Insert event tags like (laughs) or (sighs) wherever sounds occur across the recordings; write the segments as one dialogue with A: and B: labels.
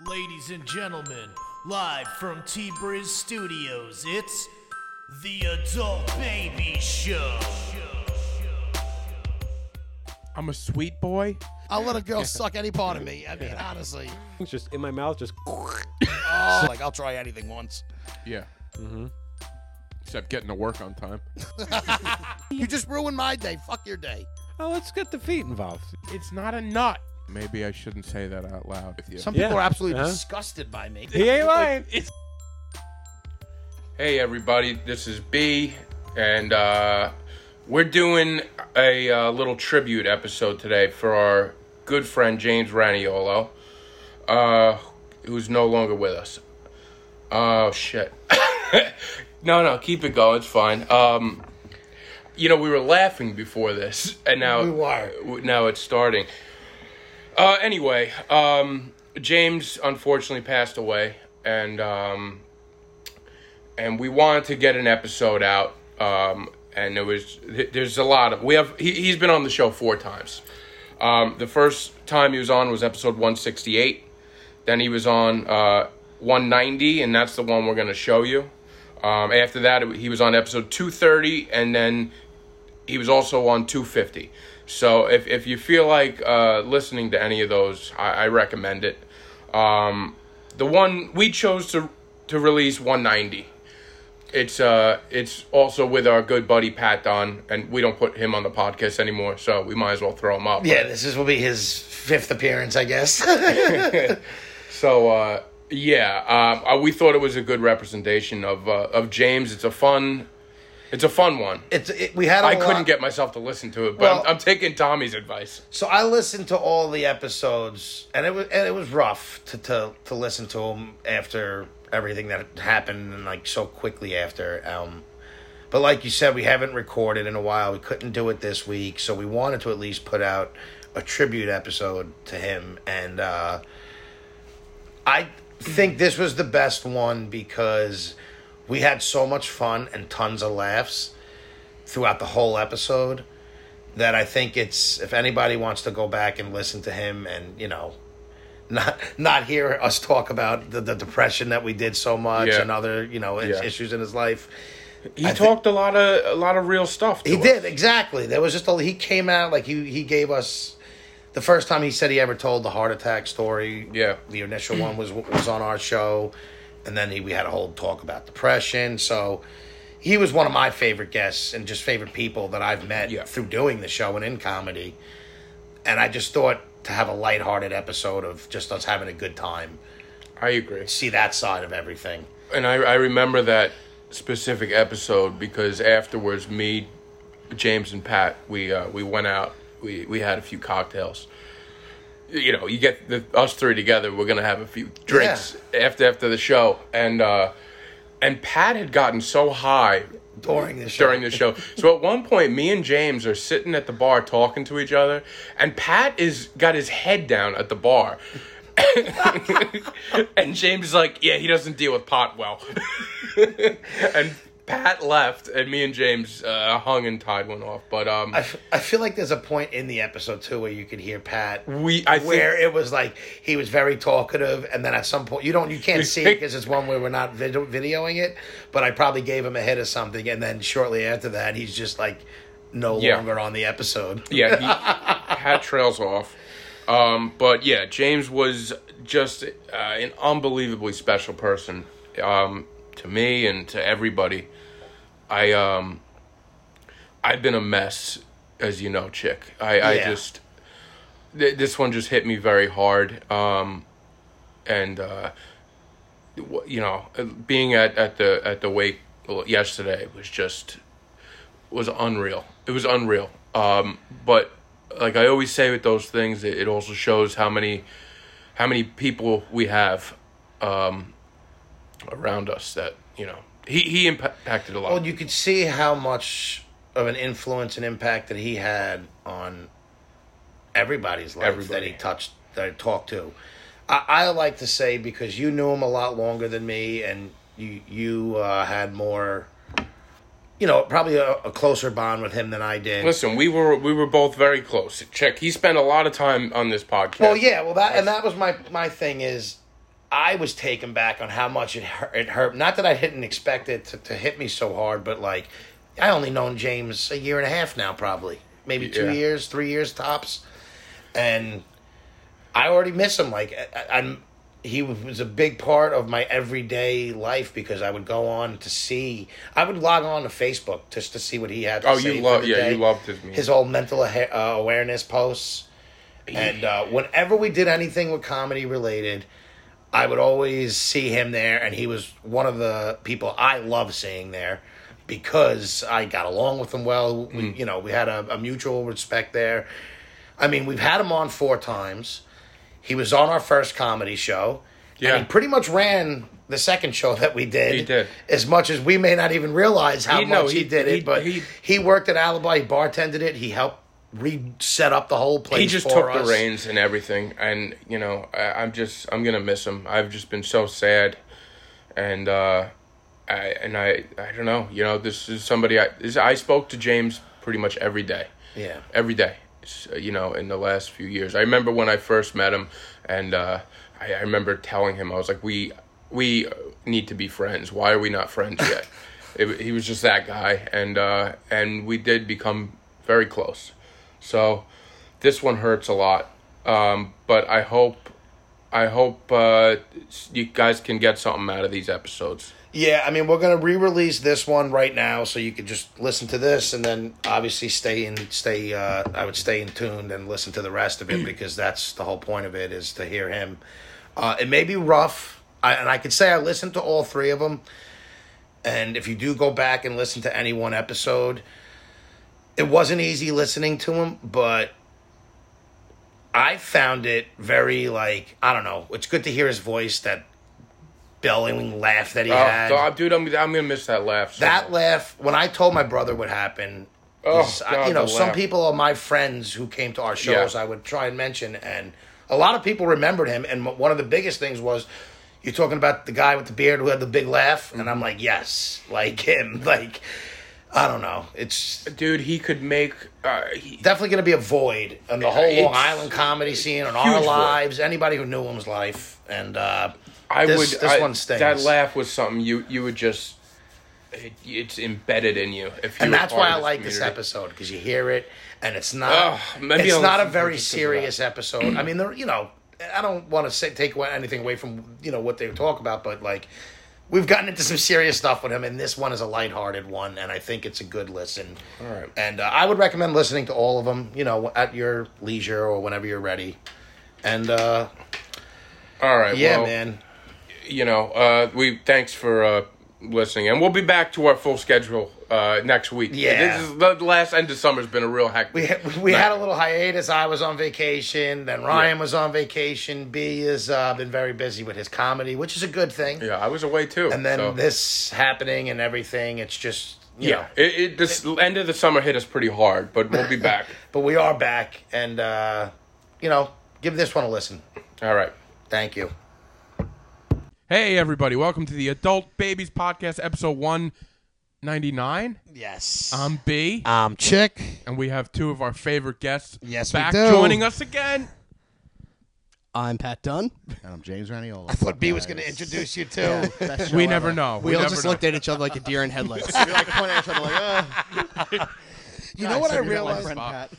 A: Ladies and gentlemen, live from T Briz Studios, it's the Adult Baby Show.
B: I'm a sweet boy.
C: I'll let a girl suck any part of me. I mean, honestly.
D: It's just in my mouth, just
C: Oh, like I'll try anything once.
B: Yeah. Mm-hmm. Except getting to work on time.
C: You just ruined my day. Fuck your day.
D: oh, let's get the feet involved.
B: It's not a nut. Maybe I shouldn't say that out loud with you.
C: Some
D: Yeah,
C: people are absolutely
D: uh-huh.
C: disgusted by me.
D: (laughs) He ain't lying.
B: hey everybody, this is B, and uh, we're doing a uh, little tribute episode today for our good friend James Raniolo, uh, who's no longer with us. Oh shit. (laughs) no, no, keep it going. It's fine. Um, you know, we were laughing before this, and now
C: We were.
B: w- Now it's starting. Uh, anyway, um, James unfortunately passed away, and um, and we wanted to get an episode out. Um, and there was th- there's a lot of we have he, he's been on the show four times. Um, the first time he was on was episode 168. Then he was on uh, 190, and that's the one we're going to show you. Um, after that, it- he was on episode 230, and then he was also on 250. So if, if you feel like uh, listening to any of those, I, I recommend it. Um, the one we chose to to release 190. It's uh it's also with our good buddy Pat Don, and we don't put him on the podcast anymore, so we might as well throw him up.
C: Yeah, this is, will be his fifth appearance, I guess. (laughs)
B: So uh, yeah, um, uh, we thought it was a good representation of uh, of James. It's a fun, it's a fun one.
C: it's it, we had. I
B: I couldn't get myself to listen to it, but
C: Well-
B: I'm, I'm taking Tommy's advice.
C: So I listened to all the episodes, and it was and it was rough to to, to listen to them after everything that happened, and like so quickly after. Um, but like you said, we haven't recorded in a while. We couldn't do it this week, so we wanted to at least put out a tribute episode to him, and uh, I think this was the best one because we had so much fun and tons of laughs throughout the whole episode that I think it's if anybody wants to go back and listen to him and you know not not hear us talk about the, the depression that we did so much
B: Yeah.
C: and other you know is-
B: Yeah.
C: issues in his life
B: He talked a lot of a lot of real stuff. to
C: he
B: us.
C: did exactly there was just a he came out like he he gave us the first time he said he ever told the heart attack story
B: Yeah.
C: the initial one was was on our show and then he, we had a whole talk about depression so he was one of my favorite guests and just favorite people that I've met
B: Yeah.
C: through doing the show and in comedy and I just thought to have a lighthearted episode of just us having a good time
B: I agree,
C: see that side of everything
B: and I, I remember that specific episode because afterwards, me, James, and Pat, we uh, we went out. We we had a few cocktails. You know, you get the, us three together. We're gonna have a few drinks after after the show, and uh, and Pat had gotten so high
C: during the show
B: during the show. So at one point, me and James are sitting at the bar talking to each other, and Pat is got his head down at the bar. (laughs) and James is like, yeah, he doesn't deal with pot well. (laughs) and Pat left, and me and James uh, hung and tied one off. But um,
C: I, f- I feel like there's a point in the episode too where you could hear Pat
B: we, I think,
C: where it was like he was very talkative, and then at some point you don't you can't see it because it's one where we're not vid- videoing it. But I probably gave him a hit of something, and then shortly after that he's just like no
B: Yeah.
C: longer on the episode.
B: yeah, he hat trails off. Um, but yeah, James was just uh, an unbelievably special person um, to me and to everybody. I um, I've been a mess, as you know, chick. I, I
C: Yeah.
B: just th- this one just hit me very hard. Um, and uh, w- you know, being at, at the at the wake yesterday was just was unreal. It was unreal. Um, but like I always say with those things, it, it also shows how many how many people we have um, around us that you know he he impacted a lot.
C: Well, you could see how much of an influence and impact that he had on everybody's life that
B: Everybody.
C: he touched, that he talked to. I, I like to say because you knew him a lot longer than me, and you you uh, had more, you know, probably a, a closer bond with him than I did.
B: Listen, we were we were both very close. Check. He spent a lot of time on this podcast.
C: Well, yeah, well that and that was my my thing is I was taken back on how much it hurt. It hurt. Not that I didn't expect it to, to hit me so hard, but like I only known James a year and a half now, probably maybe two
B: Yeah.
C: years, three years tops, and I already miss him. Like I, I- I'm, he was a big part of my everyday life because I would go on to see. I would log on to Facebook just to see what he had. to
B: Oh,
C: say
B: you
C: for
B: love-
C: the
B: yeah,
C: day.
B: you loved his music.
C: his old mental aha- uh, awareness posts. And uh, whenever we did anything with comedy related, I would always see him there, and he was one of the people I love seeing there because I got along with him well. We,
B: Hmm.
C: You know, we had a, a mutual respect there. I mean, we've had him on four times. He was on our first comedy show.
B: Yeah.
C: And he pretty much ran the second show that we did.
B: He did.
C: As much as we may not even realize how
B: He-
C: much
B: no,
C: he,
B: he-
C: did it,
B: he-
C: but
B: he-
C: he worked at Alibi. He bartended it. He helped reset up the whole place.
B: he just
C: for
B: took
C: us.
B: the reins and everything and you know I, i'm just i'm gonna miss him i've just been so sad and uh i and i i don't know you know this is somebody i this, i spoke to james pretty much every day
C: Yeah.
B: every day s- you know in the last few years i remember when i first met him and uh i, I remember telling him i was like we we need to be friends why are we not friends yet (laughs) it, he was just that guy and uh and we did become very close so this one hurts a lot. Um, but I hope, I hope uh, you guys can get something out of these episodes.
C: Yeah, I mean, we're gonna re-release this one right now, so you could just listen to this, and then obviously stay in, stay. Uh, I would stay in tuned and listen to the rest of it because that's the whole point of it is to hear him. Uh, it may be rough, I, and I could say I listened to all three of them. And if you do go back and listen to any one episode, it wasn't easy listening to him, but I found it very like I don't know. It's good to hear his voice that. Bellowing laugh that he had.
B: Oh, God, dude, I'm I'm gonna miss that laugh. so
C: That
B: much.
C: laugh, when I told my brother what happened, is,
B: Oh,
C: I-
B: God,
C: you know,
B: the
C: some
B: laugh.
C: people are my friends who came to our shows.
B: Yeah.
C: I would try and mention, and a lot of people remembered him. And m- one of the biggest things was you're talking about the guy with the beard who had the big laugh, and I'm like, yes, (laughs) like him. Like, I don't know. It's
B: dude, he could make. Uh, he,
C: definitely going to be a void in the whole
B: It's-
C: Long Island comedy scene, in
B: huge
C: our
B: void.
C: lives, anybody who knew him's life. And uh,
B: I
C: this,
B: would.
C: This
B: I-
C: one stings.
B: That laugh was something you you would just. It, it's embedded in you. If you
C: and
B: were
C: that's
B: part
C: why
B: of
C: I like this
B: community.
C: episode because you hear it, and it's not
B: Ugh, maybe
C: it's
B: I'll
C: not a
B: listen to it
C: very
B: just 'cause of that.
C: serious episode. I mean, there you know, I don't want to say, take away anything away from you know what they talk about, but like we've gotten into some serious stuff with him, and this one is a lighthearted one, and I think it's a good listen. All
B: right.
C: and uh, I would recommend listening to all of them, you know, at your leisure or whenever you're ready. And uh,
B: All right,
C: yeah,
B: well,
C: man,
B: you know, uh, we thanks for uh, listening, and we'll be back to our full schedule uh, next week.
C: Yeah.
B: this is, the last end of summer's been a real hectic.
C: we ha- we had a little hiatus. I was on vacation. Then Ryan was on vacation. B has uh, been very busy with his comedy, which is a good thing.
B: Yeah, I was away too.
C: And then
B: so-
C: this happening and everything. It's just you know.
B: yeah, it, it, this end of the summer hit us pretty hard, but we'll be back.
C: But we are back, and uh, you know, give this one a listen.
B: (laughs) All right.
C: Thank you.
B: Hey everybody, welcome to the Adult Babies Podcast, episode one ninety nine.
E: Yes.
B: I'm B,
E: Um, chick.
B: and we have two of our favorite guests.
E: Yes, we
B: back
E: do.
B: joining us again.
E: I'm Pat Dunn.
F: And I'm James
E: (laughs)
F: Raniola.
C: I thought B was going to introduce you to.
F: Best show
B: We
F: ever.
B: never know.
E: We, all
B: never
E: just
B: know.
E: looked at each other like a deer in headlights.
F: We like point at each other like, ah.
E: you know what I
F: My
E: realized?
F: friend Pat.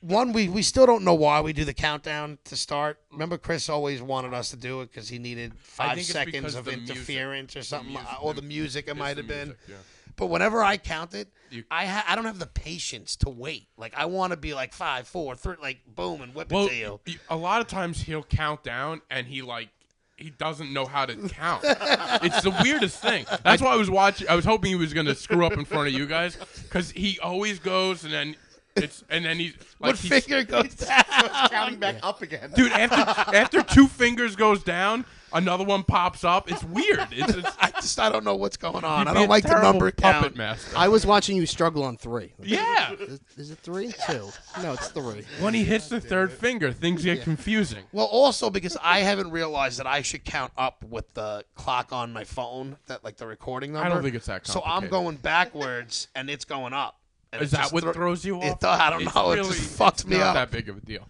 C: One, we we still don't know why we do the countdown to start. Remember, Chris always wanted us to do it because he needed five
B: think it's because
C: seconds of
B: the music.
C: interference or something,
B: music-
C: or the music it might have
B: the
C: been.
B: music, yeah.
C: But whenever I count it,
B: You-
C: I ha- I don't have the patience to wait. Like I want to be like five, four, three, like boom, and whip it
B: Well,
C: to
B: (laughs)
C: you.
B: y- a lot of times he'll count down and he like he doesn't know how to count. it's the weirdest thing. That's why I was watching. I was hoping he was going to screw up in front of you guys because he always goes and then it's and then he's like
C: What
B: he's- (laughs)
C: figure goes down?
F: Counting back up again.
B: dude. After after two fingers goes down, another one pops up. It's weird. It's, it's
C: (laughs) I just I don't know what's going on.
B: you'd
C: I
B: be
C: don't
B: a
C: like the
B: terrible
C: number
B: puppet
C: count.
B: master.
E: I was watching you struggle on three.
B: yeah,
E: Is, is it three? Two. No, it's three.
B: when he hits the third finger, things get confusing.
C: (laughs) Well, also because I haven't realized that I should count up with the clock on my phone, that like the recording number.
B: don't think it's that
C: So I'm
B: complicated.
C: going backwards, and it's going up. And
B: Is
C: it
B: that
C: just
B: what
C: thro-
B: throws you off?
G: (laughs)
C: It, I don't
B: It's
C: know.
B: really-
C: it just fucks
B: it's
C: me
B: not
C: up.
B: that big of a deal.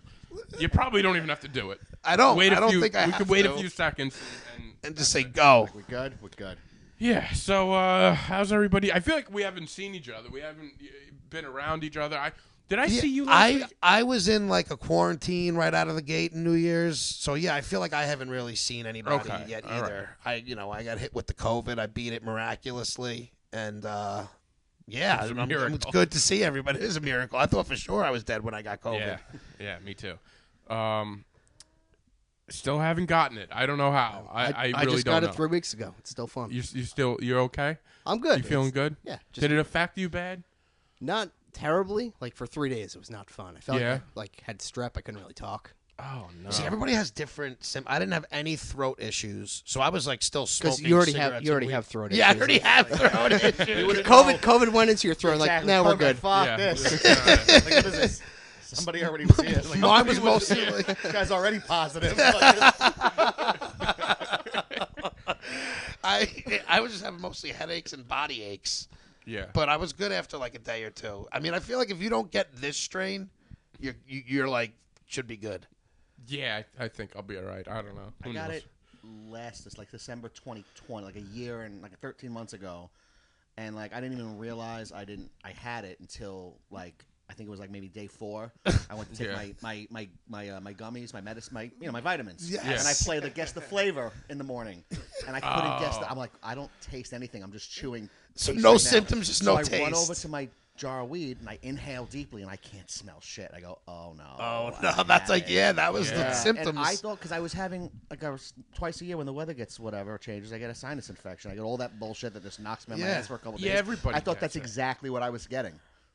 B: You probably don't even have to do it.
G: I don't.
B: Wait a
G: I don't
B: few,
G: think I
B: we
G: have
B: could wait
G: to.
B: a few seconds. And,
G: and just say go.
H: We're good. We're good.
B: yeah. So uh, how's everybody? I feel like we haven't seen each other. We haven't uh, been around each other. I did I see you? Last
G: I
B: week?
G: I was in like a quarantine right out of the gate in New Year's, so yeah, I feel like I haven't really seen anybody
B: Okay,
G: yet
B: all right.
G: either. I you know I got hit with the COVID, I beat it miraculously, and uh, yeah,
B: It's a
G: I'm- I'm- it's
B: miracle.
G: good to see everybody. It is a miracle. I thought for sure I was dead when I got COVID.
B: Yeah. Yeah. Me too. Um. Still haven't gotten it. I don't know how. I, I, really
E: just
B: don't
E: got
B: know.
E: it three weeks ago. It's still fun.
B: You you still you're okay?
E: I'm good.
B: You feeling
E: It's
B: good?
E: yeah, just-
B: Did it affect you bad?
E: Not terribly. Like for three days, it was not fun. I felt
B: Yeah.
E: like, I, like had strep. I couldn't really talk.
B: Oh no.
G: See, everybody has different. Sim- I didn't have any throat issues, so I was like still
E: Because
G: smoking.
E: you already
G: cigarettes
E: have you
G: and
E: already
G: weed.
E: have throat
G: Yeah, I
E: issues.
G: (laughs) already have throat (laughs) issues.
E: COVID COVID went into your throat. Like
H: Exactly.
E: now we're
H: Fuck
E: good.
H: it,
C: Ah,
H: Fuck
B: Yeah. (laughs)
H: this. like, what is this? Somebody already was here.
G: (laughs)
H: Like,
G: Mine
B: (laughs)
G: was
H: this
G: mostly like-
H: guy's already
G: (laughs)
H: positive. Like,
G: I I was just having mostly headaches and body aches.
B: Yeah.
G: but I was good after like a day or two. I mean, I feel like if you don't get this strain, you're you, you're like should be good.
B: yeah, I, I think I'll be all right. I don't know.
H: I
B: Who
H: got
B: knows?
H: it last this like December 2020, like a year and like 13 months ago, and like I didn't even realize I didn't I had it until like I think it was like maybe day four. I went to take
B: Yeah.
H: my my my my, uh, my gummies, my medicine, my you know my vitamins,
G: Yes.
H: and I played the
G: (laughs)
H: guess the flavor in the morning, and I couldn't guess. The, I'm like I don't taste anything. I'm just chewing.
G: So
H: taste
G: no
H: now.
G: symptoms, just
H: So
G: no
H: I run over
G: taste.
H: to my jar of weed and I inhale deeply and I can't smell shit. I go, oh no.
G: Oh (laughs)
H: I
G: no, that's
H: have
G: like
H: it."
G: yeah, that was
B: Yeah.
G: the
B: And
G: symptoms.
H: And I thought because I was having like I was twice a year when the weather gets whatever changes, I get a sinus infection. I get all that bullshit that just knocks me on my
G: Yeah.
H: ass for a couple
B: Yeah,
H: days.
B: everybody
H: I thought
B: gets
H: that's
B: it.
H: exactly what I was getting.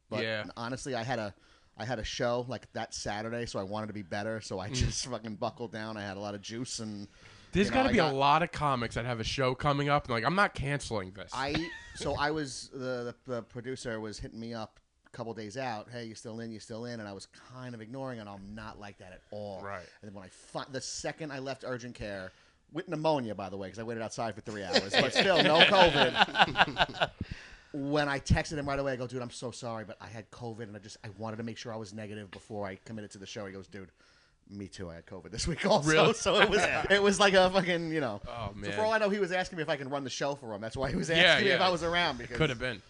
H: But
B: Yeah.
H: honestly, I had a I had a show like that Saturday, so I wanted to be better. So
B: Mm.
H: I just (laughs) fucking buckled down. I had a lot of juice and
B: There's
H: you know,
B: got to
H: I
B: be
H: got-
B: a lot of comics that have a show coming up. and Like, I'm not canceling this.
H: I so I was the, the the producer was hitting me up a couple days out. Hey, you still in? You still in? And I was kind of ignoring, and I'm not like that at all.
B: Right.
H: And then when I fi- the second I left urgent care with pneumonia, by the way, because I waited outside for three hours, but
B: (laughs)
H: still no COVID. when I texted him right away, I go, dude, I'm so sorry, but I had COVID, and I just I wanted to make sure I was negative before I committed to the show. He goes, dude. Me too. I had COVID this week (laughs) also,
B: Really?
H: so it was it was like a fucking you know.
B: Oh,
H: So
B: man.
H: for all I know, he was asking me if I can run the show for him. That's why he was
B: Yeah,
H: asking me
B: yeah.
H: if I was around because
B: could have been.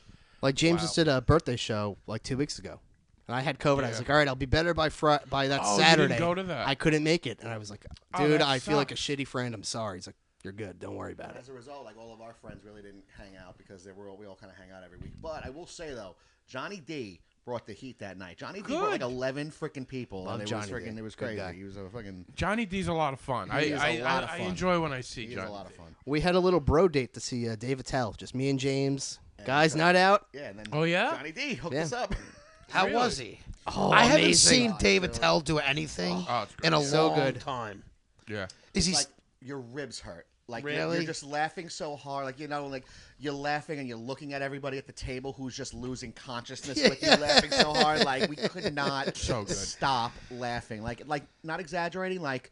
E: Like James just did a birthday show like two weeks ago, and I had COVID. I
B: Yeah.
E: was like, all right, I'll be better by fr- by that
B: Oh, you didn't
E: Saturday.
B: go to that.
E: I couldn't make it, and I was like,
B: Oh,
E: dude,
B: that
E: I feel like a
B: sucks.
E: shitty friend. I'm sorry. He's like, you're good. Don't worry about it.
H: As a result, like all of our friends really didn't hang out because they were all, we all kind of hang out every week. But I will say though, Johnny D brought the heat that night. Johnny D brought like
B: Good.
H: eleven freaking people,
E: Love
H: and it
E: Johnny D.
H: was freaking it was
E: Good
H: crazy.
E: guy.
H: He was a fucking
B: Johnny D's a lot of fun. I,
H: is a
B: I, I,
H: lot of
B: I
H: fun.
B: enjoy when I see
H: he was
B: Johnny.
H: a lot of fun.
E: We had a little bro date to see uh, Dave Attell, just me and James. Guys, not out.
H: Yeah, and then
B: Oh, yeah?
H: Johnny D hooked
E: Yeah.
H: us up. (laughs)
G: How was he?
E: Oh,
G: I haven't
E: amazing.
G: seen Dave Attell do anything
B: Oh, it's great.
G: in a
E: So
G: long
E: good.
G: time.
B: Yeah.
G: Is he?
H: like your ribs hurt. Like you're-
G: Really?
H: you're just laughing so hard, like you know, like you're laughing and you're looking at everybody at the table who's just losing consciousness with you, laughing so hard, like we could not
B: So good.
H: stop laughing, like like not exaggerating, like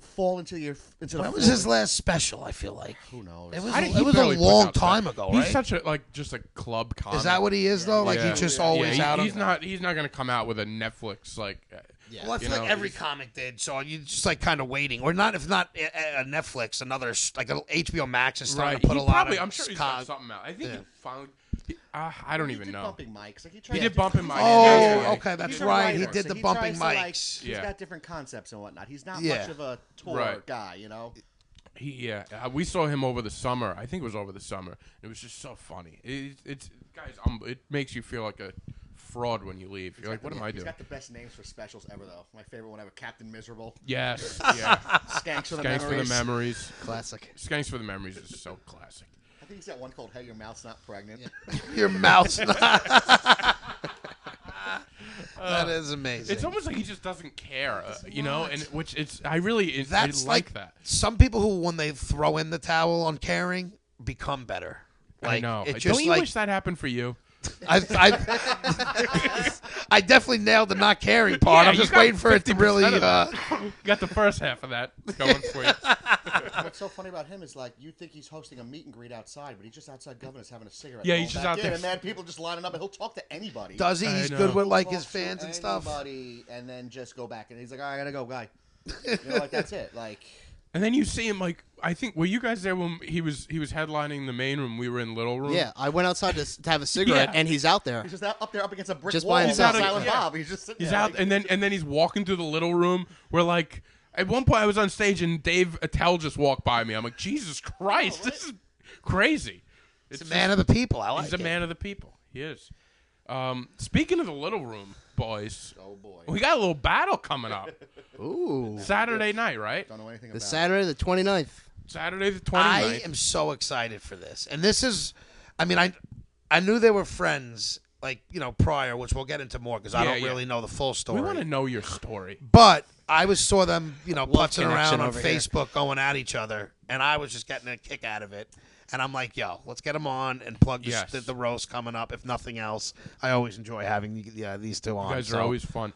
H: fall into your into the
G: When
H: floor.
G: was his last special? I feel like
H: who knows?
G: it was.
B: I didn't- he
G: It was a
B: barely puts
G: long
B: out stuff.
G: time ago,
B: He's
G: right?
B: such a like just a club comic.
G: Is that what he is though? Like
B: Yeah.
G: he's just
B: Yeah,
G: always
B: he-
G: out.
B: He's
G: on-
B: not. He's not going to come out with a Netflix like. uh,
G: Well, that's
B: you
G: like
B: know,
G: every
B: he's-
G: comic did. So you just like kind of waiting, or not if not eh, a, a Netflix, another s- like a HBO Max is starting
B: Right.
G: to put
B: he
G: a lot
B: probably.
G: of.
B: I'm sure he's
G: con-
B: got something out. I think he finally. He, uh, I don't
H: He
B: even
H: did
B: know.
H: bumping mics, like he, tried
B: He
H: to-
B: did bumping mics.
G: Oh,
B: Yeah, yeah.
G: okay, that's
H: He's
B: He's
H: a
B: a
G: right. He
H: writer,
G: did
H: so
G: the
H: he
G: bumping
H: tries to, like,
G: mics.
H: He's
B: Yeah.
H: got different concepts and whatnot. He's not
G: Yeah.
H: much of a tour
B: Right.
H: guy, you know.
B: He, yeah, uh, we saw him over the summer. I think it was over the summer. It was just so funny. It, it's guys, um, it makes you feel like a fraud when you leave. You're like, what am I
H: He's
B: doing?
H: got the best names for specials ever, though. My favorite one ever, Captain Miserable. (laughs)
B: Yes, yeah.
H: Skanks for the
B: Skanks for the
H: memories.
B: memories.
E: Classic.
B: Skanks for the memories is so classic.
H: I think he's got one called "Hey, Your Mouth's Not Pregnant."
G: Your mouth's not. that is amazing.
B: It's almost like he just doesn't care, uh, you know, and which it's I really it's,
G: that's
B: I like, that.
G: Some people who, when they throw in the towel on caring, become better. Like,
B: I know.
G: It
B: Don't
G: just
B: you
G: like
B: wish that happened for you?
G: I, I, (laughs) I definitely nailed the not caring part.
B: Yeah,
G: I'm
B: you
G: just
B: got
G: waiting for it to really.
B: 50% of
G: Uh,
B: (laughs) Got the first half of that going for (laughs) you.
H: (laughs) What's so funny about him is like you think he's hosting a meet and greet outside, but he's just outside governor's having a cigarette.
B: Yeah,
H: going
B: he's just
H: back
B: out
H: in,
B: there.
H: And mad people just lining up, and he'll talk to anybody.
G: does he?
B: I
G: He's
B: know.
G: good with like
H: Talk
G: his
H: to
G: fans and stuff.
H: anybody, and then just go back, and he's like, "All right, I gotta go, guy." You know, like that's it. Like
B: And then you see him like I think were you guys there when he was he was headlining the main room? We were in little room.
E: Yeah, I went outside to, s- to have a cigarette,
B: Yeah.
E: and he's out there.
H: he's just out, up there, up against a brick
E: Just
H: wall,
E: by
H: with
E: himself.
H: Silent
B: Yeah.
H: Bob. He's just sitting
B: He's
H: there,
B: out,
H: like,
B: and then and then he's walking through the little room where like at one point I was on stage and Dave Attell just walked by me. I'm like, Jesus Christ, this is crazy. It's
G: He's a man of the people. I like
B: he's a
G: it.
B: man of the people. He is. Um, speaking of the little room, boys,
H: oh boy,
B: we got a little battle coming (laughs) up
E: Ooh,
B: Saturday night, right?
H: don't know anything
E: the
H: about.
E: Saturday the 29th.
B: Saturday the 29th.
G: I am so excited for this. And this is, I mean, I, I knew they were friends, like you know, prior, which we'll get into more because I
B: Yeah,
G: don't
B: yeah.
G: really know the full story.
B: we want to know your story.
G: But I was saw them, you know, putzing
E: connection
G: around on
E: over here.
G: Facebook going at each other, and I was just getting a kick out of it. And I'm like, yo, let's get them on and plug this,
B: Yes.
G: the, the roast coming up. If nothing else, I always enjoy having the- yeah, these two on.
B: You guys
G: so-
B: are always fun.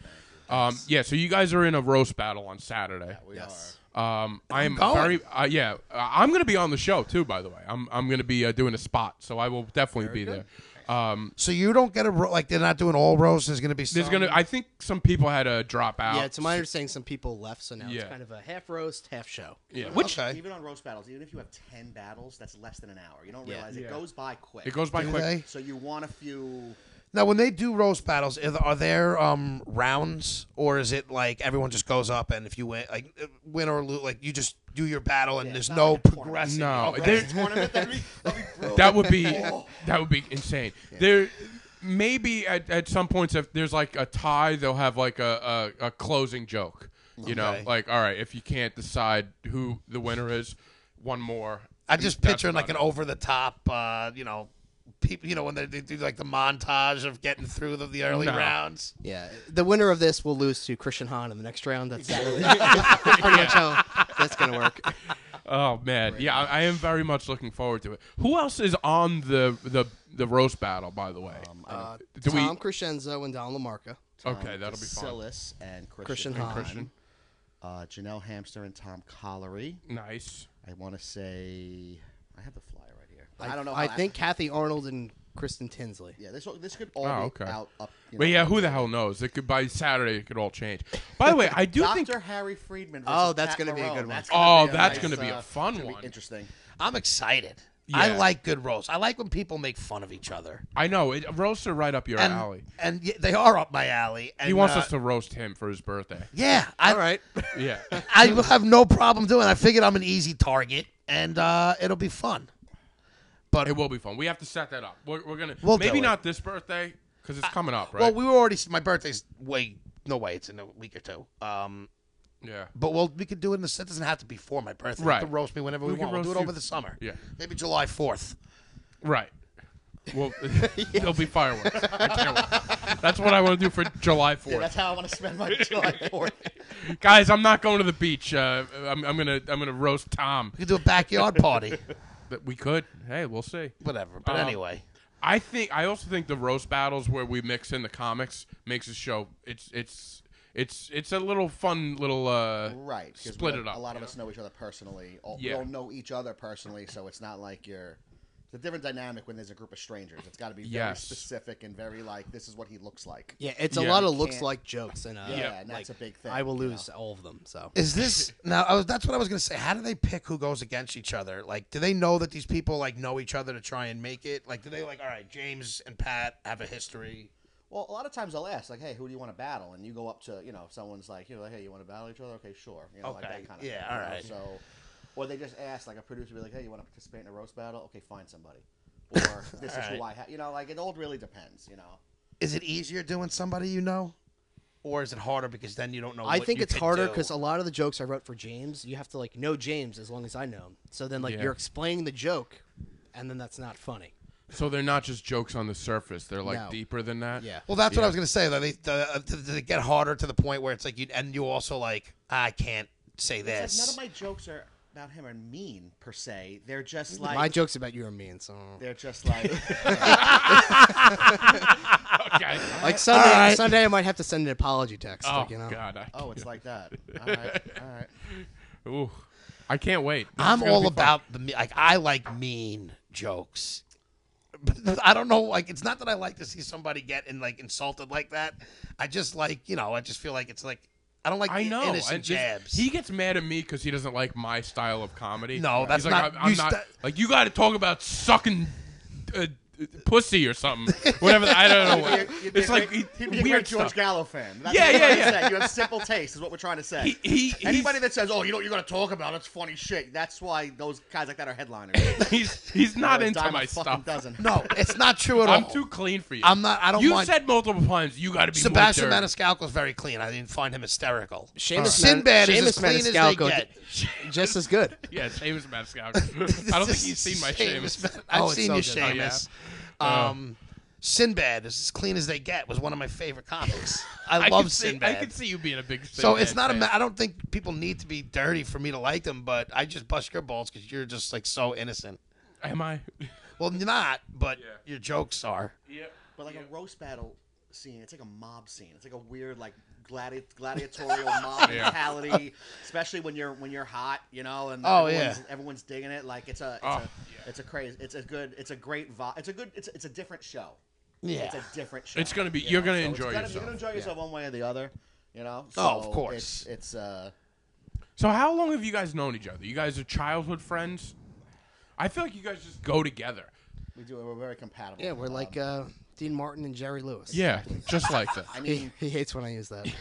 B: Um, yeah, so you guys are in a roast battle on Saturday.
H: Yes.
B: Um, I am
G: going.
B: very uh, yeah. uh, I'm going to be on the show too. By the way, I'm I'm going to be uh, doing a spot, so I will definitely be there. Um,
G: So you don't get a ro- like they're not doing all roasts. There's gonna be some,
B: there's gonna. I think some people had to drop out.
E: Yeah, to my understanding, some people left, so now
B: Yeah.
E: it's kind of a half roast, half show.
B: Yeah.
G: which okay.
H: Even on roast battles, even if you have ten battles, that's less than an hour. You don't
E: Yeah.
H: realize
B: Yeah.
H: it goes by quick.
B: It goes by
G: Do
B: quick.
G: they?
H: So you want a few.
G: Now, when they do roast battles, are th- are there um, rounds, or is it like everyone just goes up and if you win, like uh, win or lose, like you just do your battle and
H: Yeah,
G: there's
H: not
G: no
H: like a tournament.
G: progressing?
B: No,
G: Okay.
B: there-
H: tournament that'd be, that'd be brutal.
B: that
H: (laughs)
B: would be that would be insane. There maybe at, at some points if there's like a tie, they'll have like a a, a closing joke. You know,
G: Okay.
B: like all right, if you can't decide who the winner is, one more.
G: I'm just
B: That's
G: picturing like an
B: about
G: over the top, uh, you know, people, you know, when they, they do like the montage of getting through the, the early
B: No.
G: rounds.
E: Yeah, the winner of this will lose to Christian Hahn in the next round. That's (laughs) pretty much how that's gonna work.
B: Oh man, yeah, I, I am very much looking forward to it. Who else is on the the the roast battle? By the way,
H: Um, uh,
B: do
E: Tom Crescenzo and Don LaMarca.
B: we? Okay, that'll be fun.
H: Silas and Christian,
E: Christian
H: Hahn.
E: Hahn.
B: Christian.
H: Uh, Janelle Hamster and Tom Collery.
B: Nice.
H: I want to say I have the flyer right here. But
E: I,
H: I, don't know.
E: I
H: how-
E: think Kathy Arnold and Kristen Tinsley.
H: yeah, this this could all
B: Oh,
H: be
B: okay.
H: out up. You know,
B: But yeah, who the hell knows? It could by Saturday, it could all change. By the way, I do
H: Dr.
B: think.
H: Harry Friedman.
E: Oh,
H: versus
E: that's
H: Pat
E: gonna be a
H: Morone.
E: good one.
B: Oh,
H: be a
B: that's
H: nice,
B: gonna be a
H: uh,
B: fun
H: gonna be
B: one.
H: interesting.
G: I'm excited. I
B: Yeah.
G: like good roasts. I like when people make fun of each other.
B: I know it, roasts are right up your
G: And,
B: alley.
G: and y- they are up my alley. And,
B: He wants
G: uh,
B: us to roast him for his birthday.
G: Yeah, I,
E: All right,
B: (laughs) Yeah.
G: I will have no problem doing. it. I figured I'm an easy target, and uh, it'll be fun.
B: It will be fun. We have to set that up. We're, we're gonna
G: We'll do
B: maybe
G: it.
B: not this birthday because it's coming up, right?
G: Well, we were already. My birthday's way. No way. It's in a week or two. Um,
B: yeah.
G: but we'll we could do it in the. It doesn't have to be for my birthday.
B: Right.
G: You can roast me whenever we,
B: We can
G: want. We'll do it
B: roast you.
G: over the summer.
B: Yeah.
G: Maybe July Fourth.
B: Right. Well, (laughs) there'll be fireworks. I can't
G: (laughs)
B: wait. That's what I want to do for July
H: Yeah,
B: 4th.
H: that's how I want to spend
B: (laughs)
H: my July Fourth.
B: Guys, I'm not going to the beach. Uh, I'm, I'm gonna I'm gonna roast Tom.
G: We could do
B: (laughs)
G: a backyard party.
B: But we could. Hey, we'll see.
G: Whatever. But
B: Um,
G: anyway,
B: I think I also think the roast battles where we mix in the comics makes the show. It's it's it's it's a little fun little uh
H: Right. 'cause we
B: Split
H: don't-
B: it up,
H: A lot of
B: yeah.
H: us know each other personally. All,
B: Yeah.
H: We all know each other personally, so it's not like you're. It's a different dynamic when there's a group of strangers. It's got to be very
B: Yes.
H: specific and very like this is what he looks like.
E: yeah, it's a
B: Yeah.
E: lot of looks like jokes, and uh,
H: Yeah, and
E: like,
H: that's a big thing.
E: I will
H: you
E: lose
H: know?
E: all of them. So
G: is this now? I was. That's what I was gonna say. How do they pick who goes against each other? Like, do they know that these people like know each other to try and make it? Like, do they like? All right, James and Pat have a history.
H: Well, a lot of times I'll ask like, "Hey, who do you want to battle?" And you go up to you know someone's like, you know, like, "Hey, you want to battle each other?" Okay, sure. You know, like
G: Okay,
H: that kind of
G: yeah,
H: thing, you
G: alright.
H: know, So, or they just ask like a producer, be like, "Hey, you want to participate in a roast battle?" Okay, find
B: (laughs)
H: somebody. Or this is who I have. You know, like it all really depends. You know.
G: is it easier doing somebody you know, or is it harder because then you don't know?
E: I
G: what
E: think
G: you
E: it's
G: could
E: harder
G: do?
E: because a lot of the jokes I wrote for James, you have to like know James as long as I know him. So then like
B: Yeah.
E: you're explaining the joke, and then that's not funny.
B: So they're not just jokes on the surface. They're like
E: No.
B: deeper than that. (laughs)
E: Yeah.
G: Well, that's what I was gonna say. That they, the, uh, did it get harder to the point where it's like you and you also like I can't say
H: It's like, none
G: this.
H: of my jokes are about him are mean per se. They're just like
E: My joke's about you are mean, so.
H: they're just (laughs) like
B: Okay.
E: Like Sunday, Sunday, I might have to send an apology text.
B: Oh
E: like, you know,
B: God. I,
H: oh, it's like that.
B: (laughs)
H: All right, all right.
B: Ooh, I can't wait. This is
G: I'm
B: gonna
G: all
B: be fun.
G: about the me- like. I like mean jokes. (laughs) But I don't know. Like, it's not that I like to see somebody get and like insulted like that. I just like, you know, I just feel like it's like I don't like
B: I
G: the
B: know.
G: innocent
B: I just-
G: jabs.
B: he gets mad at me because he doesn't like my style of comedy.
G: No,
B: He's
G: that's
B: like,
G: not-
B: I'm, I'm
G: you
B: not
G: sta-
B: like you got to talk about sucking uh, uh, pussy or something. Whatever. the- I don't know.
H: (laughs)
B: What.
H: You'd be
B: Oh, It's
H: a
B: like
H: great,
B: he-
H: he'd be a
B: weird
H: great George
B: stuff.
H: Gallo fan. That's
B: Yeah,
H: what we're
B: yeah,
H: trying to
B: yeah.
H: say. You have simple taste, is what we're trying to say.
B: He, he, he's-
H: Anybody that says, "Oh, you know what you're gonna talk about? That's funny shit." That's why those guys like that are
B: (laughs)
H: headliners.
B: he's he's not
H: They're a
B: into
H: dime a
B: my
H: fucking
B: stuff.
H: Dozen.
B: (laughs)
G: no, it's not true at all.
B: I'm too clean for you.
G: I'm not. I don't
B: You
G: want.
B: said multiple times you got to be
G: Sebastian
B: more dirty.
G: Maniscalco is very clean. I didn't find him hysterical.
E: Seamus Man-
G: Sinbad is
E: Seamus
G: as clean as they
E: Maniscalco
G: get. (laughs)
E: just as good.
B: Yeah, Seamus Maniscalco. (laughs) I don't think he's seen my Seamus.
G: Man-
B: (laughs)
G: I've
E: Oh, it's
G: seen
E: so
G: your
E: good. Oh,
B: yeah.
G: Seamus. Um, Sinbad is as clean as they get was one of my
B: (laughs)
G: favorite comics. I,
B: I
G: love
B: can see,
G: Sinbad.
B: I can see you being a big.
G: So
B: Sinbad
G: it's not a.
B: fan.
G: Ma- I don't think people need to be dirty for me to like them, but I just bust your balls because you're just like so innocent.
B: Am I?
G: Well, you're not, but your jokes are.
H: But like a roast battle scene, it's like a mob scene. It's like a weird like gladi-
B: (laughs)
H: gladiatorial mob mentality, especially when you're when you're hot, you know, and
G: Oh,
H: everyone's,
G: yeah.
H: everyone's digging it. Like it's a it's,
B: Oh,
H: a, it's a crazy, it's a good, it's a great vibe. It's a good, it's it's a different show.
G: Yeah.
H: It's a different show.
B: It's gonna be.
H: you
B: You're
H: know,
B: gonna
H: so it's
B: enjoy
H: gonna- You're
B: yourself.
H: gonna enjoy yourself one way or the other. You know.
G: Oh, of
H: So
G: course.
H: It's, it's uh.
B: So how long have you guys known each other? You guys are childhood friends. I feel like you guys just go together.
H: We do. We're very compatible.
E: Yeah, we're
H: Um,
E: like uh, Dean Martin and Jerry Lewis.
B: Yeah, just like that.
H: I
E: (laughs) He,
H: mean,
E: he hates when I use (laughs) that.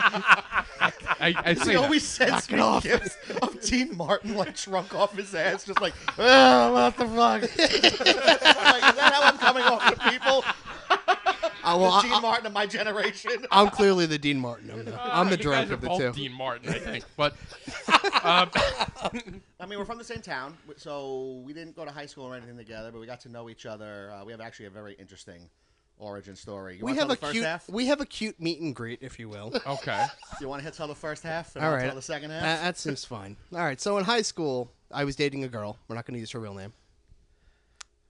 B: I, I say
H: he
B: that.
H: always sends me gifs of Dean Martin like drunk off his ass, just
E: (laughs)
H: like,
E: Ah,
H: oh, what the fuck? (laughs) like, is that how I'm coming off to people?
E: I, well,
H: Dean
E: I,
H: Martin of my generation. (laughs)
E: am clearly the Dean Martin. I'm the, (laughs) I'm
B: Oh,
E: the
B: You guys
E: drunk
B: are
E: of the
B: both
E: two.
B: Dean Martin, I think. But
H: I mean, we're from the same town, so we didn't go to high school or anything together, but we got to know each other. Uh, we have actually a very interesting origin story. You
E: We
H: wanna
E: have
H: tell
E: a
H: the first
E: cute
H: half?
E: we have a cute meet and greet, if
B: (laughs)
E: you will.
B: (laughs) okay,
H: You want to tell the first half and
E: All
H: I'll
E: right. Uh,
H: tell the second
E: That,
H: half?
E: that seems fine. All right. So in high school, I was dating a girl. We're not going to use her real name.